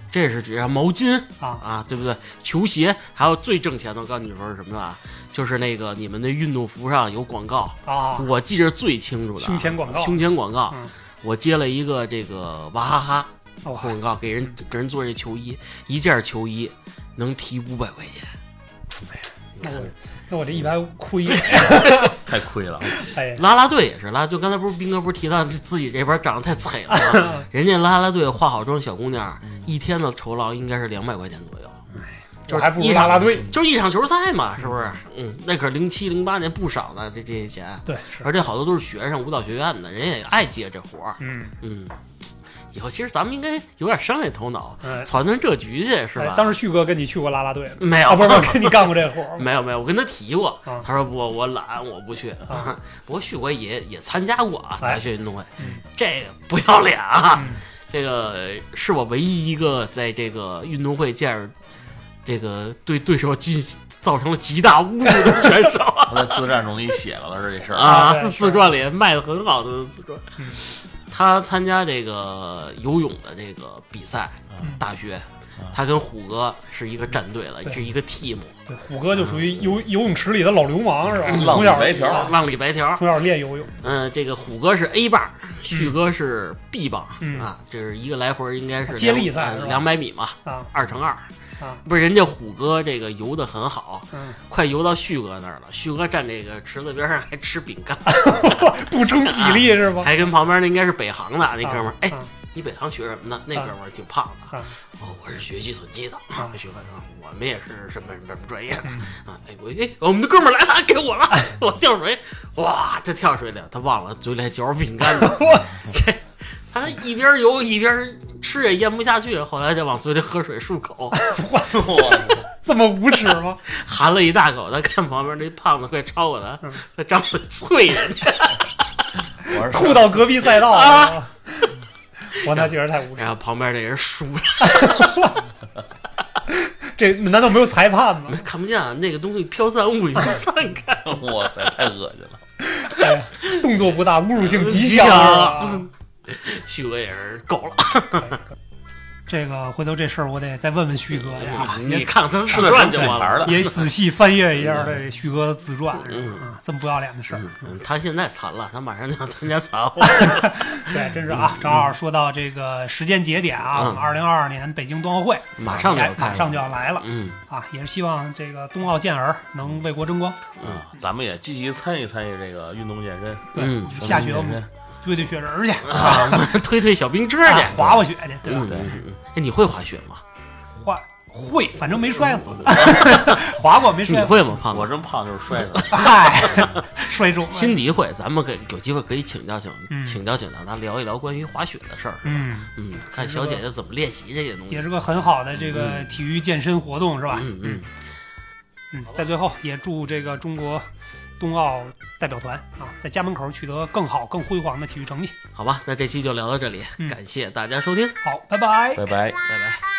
Speaker 1: 这是指啊毛巾
Speaker 3: 啊，
Speaker 1: 啊，对不对？球鞋，还有最挣钱的，我告诉你说是什么啊？就是那个你们那运动服上有广告，
Speaker 3: 啊，
Speaker 1: 我记着最清楚的啊
Speaker 3: 胸前广告
Speaker 1: 胸前广告
Speaker 3: 嗯，
Speaker 1: 我接了一个这个娃哈哈
Speaker 3: 哦，
Speaker 1: 广告，给人给人做这球衣，一件球衣能提五百块钱。
Speaker 3: 那我那我这一般亏，
Speaker 2: 太亏了。
Speaker 3: 哎 呀，
Speaker 1: 啦啦队也是啦，就刚才不是斌哥不是提到自己这边长得 太惨了吗，人家啦啦队化好妆小姑娘，一天的酬劳应该是两百块钱左右。
Speaker 3: 我哎还不
Speaker 1: 一
Speaker 3: 如
Speaker 1: 场
Speaker 3: 啦啦队，
Speaker 1: 就是一场球赛嘛，是不是？嗯，那可零七零八年不少呢，这这些钱，
Speaker 3: 对是，
Speaker 1: 而且好多都是学生舞蹈学院的，人也爱接这活儿。
Speaker 3: 嗯，
Speaker 1: 嗯，以后其实咱们应该有点商业头脑，
Speaker 3: 哎
Speaker 1: 攒攒这局去，是
Speaker 3: 哎
Speaker 1: 吧？嗯
Speaker 3: 当时旭哥跟你去过啦啦队吗？
Speaker 1: 没有，
Speaker 3: 啊，不是，不是跟你干过这活 儿吗？
Speaker 1: 没有没有，我跟他提过，
Speaker 3: 哦啊
Speaker 1: 他说不，我懒，我不去。
Speaker 3: 啊
Speaker 1: 不过旭国也也参加过啊，
Speaker 3: 哎
Speaker 1: 大学运动会，
Speaker 3: 嗯
Speaker 1: 这个不要脸啊！
Speaker 3: 嗯
Speaker 1: 这个是我唯一一个在这个运动会见着这个对对手进造成了极大侮辱的选手
Speaker 2: 他在自传中给你写了了这事 儿，
Speaker 1: 啊
Speaker 3: 对！是
Speaker 1: 自传里卖的很好的自传
Speaker 3: 嗯，
Speaker 1: 他参加这个游泳的这个比赛，
Speaker 3: 嗯
Speaker 1: 大学
Speaker 2: 啊。
Speaker 1: 他跟虎哥是一个战队了，
Speaker 3: 对
Speaker 1: 是一个 team，
Speaker 3: 对，虎哥就属于游游泳池里的老流氓是吧？
Speaker 2: 浪
Speaker 3: 从
Speaker 2: 里
Speaker 3: 小啊
Speaker 2: 白条
Speaker 1: 浪里白条，
Speaker 3: 从小练游泳，
Speaker 1: 嗯，这个虎哥是 A 棒，旭哥是 B 棒、
Speaker 3: 嗯
Speaker 1: 啊，这是一个来回应该是
Speaker 3: 接力赛是吧
Speaker 1: 两百米嘛，
Speaker 3: 啊
Speaker 1: 二乘二。
Speaker 3: 啊
Speaker 1: 不是人家虎哥这个游的很好，
Speaker 3: 嗯，
Speaker 1: 快游到旭哥那儿了。旭哥站这个池子边上还吃饼干，
Speaker 3: 啊补充体力是吗？
Speaker 1: 还跟旁边那应该是北航的那
Speaker 3: 啊
Speaker 1: 哥们儿，哎、
Speaker 3: 啊
Speaker 1: 你北航学什么的？那哥们儿挺胖的。
Speaker 3: 啊
Speaker 1: 哦，我是学计算机的。
Speaker 3: 啊
Speaker 1: 徐哥说，我们也是什么什么什么专业的
Speaker 3: 嗯哎
Speaker 1: 啊？哎，我哎，我们的哥们儿来了，给我了，我跳水，哇，他跳水里，他忘了嘴里还嚼着饼干 呢。这他一边游一边吃也咽不下去，后来就往嘴里喝水漱口，
Speaker 3: 这么无耻 吗？
Speaker 1: 含了一大口。他看旁边那胖子快超过他
Speaker 3: 嗯，
Speaker 1: 他张嘴啐人家，
Speaker 2: 我
Speaker 3: 吐
Speaker 2: 说
Speaker 3: 到隔壁赛道了。我那确实太无耻
Speaker 1: 然，后旁边那人输了。
Speaker 3: 这难道没有裁判吗？
Speaker 1: 看不见啊，那个东西飘散物已经散 开了。
Speaker 2: 哇塞，太恶心了。
Speaker 3: 哎呀动作不大，侮辱性极
Speaker 1: 极强
Speaker 3: 强啊！
Speaker 1: 旭哥也是够了。
Speaker 3: 这个回头这事儿我得再问问旭哥哎呀，
Speaker 1: 你看他自传就完
Speaker 2: 玩
Speaker 1: 了。
Speaker 2: 的，
Speaker 3: 也仔细翻阅一下这旭哥自传，是吧啊，这么不要脸的事儿，
Speaker 1: 嗯，他现在残了，他马上就要参加残奥。
Speaker 3: 对，真是啊！正好说到这个时间节点啊，
Speaker 1: 嗯
Speaker 3: 我们二零二二年北京冬奥会
Speaker 1: 马上就要
Speaker 3: 哎
Speaker 1: 开了
Speaker 3: 马上就要来了
Speaker 1: 嗯
Speaker 3: 啊，也是希望这个冬奥健儿能为国争光。
Speaker 2: 啊，咱们也积极参与参与这个运动健身，
Speaker 3: 对
Speaker 1: 嗯，
Speaker 3: 下雪我
Speaker 2: 健
Speaker 3: 们
Speaker 2: 身，
Speaker 3: 堆堆雪人儿去，
Speaker 1: 啊，我们推推小冰车去
Speaker 3: 啊，滑滑雪去，对吧？
Speaker 1: 嗯，嗯嗯哎，你会滑雪吗？
Speaker 3: 滑会，反正没摔死， 滑过没
Speaker 1: 嗯你
Speaker 3: 摔死，
Speaker 1: 会吗，胖
Speaker 2: 啊我
Speaker 1: 子？
Speaker 2: 真胖就是摔的。
Speaker 3: 嗨， 摔中了。
Speaker 1: 辛迪会，咱们可以有机会可以请教请
Speaker 3: 嗯
Speaker 1: 请教请教他聊一聊关于滑雪的事儿。
Speaker 3: 嗯。
Speaker 1: 嗯，看小姐姐怎么练习这些东
Speaker 3: 也
Speaker 1: 西。
Speaker 3: 是个很好的这个体育健身活动，是吧？
Speaker 1: 嗯嗯，
Speaker 3: 嗯，在最后也祝这个中国冬奥代表团啊，在家门口取得更好、更辉煌的体育成绩。
Speaker 1: 好吧，那这期就聊到这里，
Speaker 3: 嗯
Speaker 1: 感谢大家收听，
Speaker 3: 好，拜拜。
Speaker 2: 拜
Speaker 1: 拜
Speaker 2: 拜。
Speaker 1: 拜。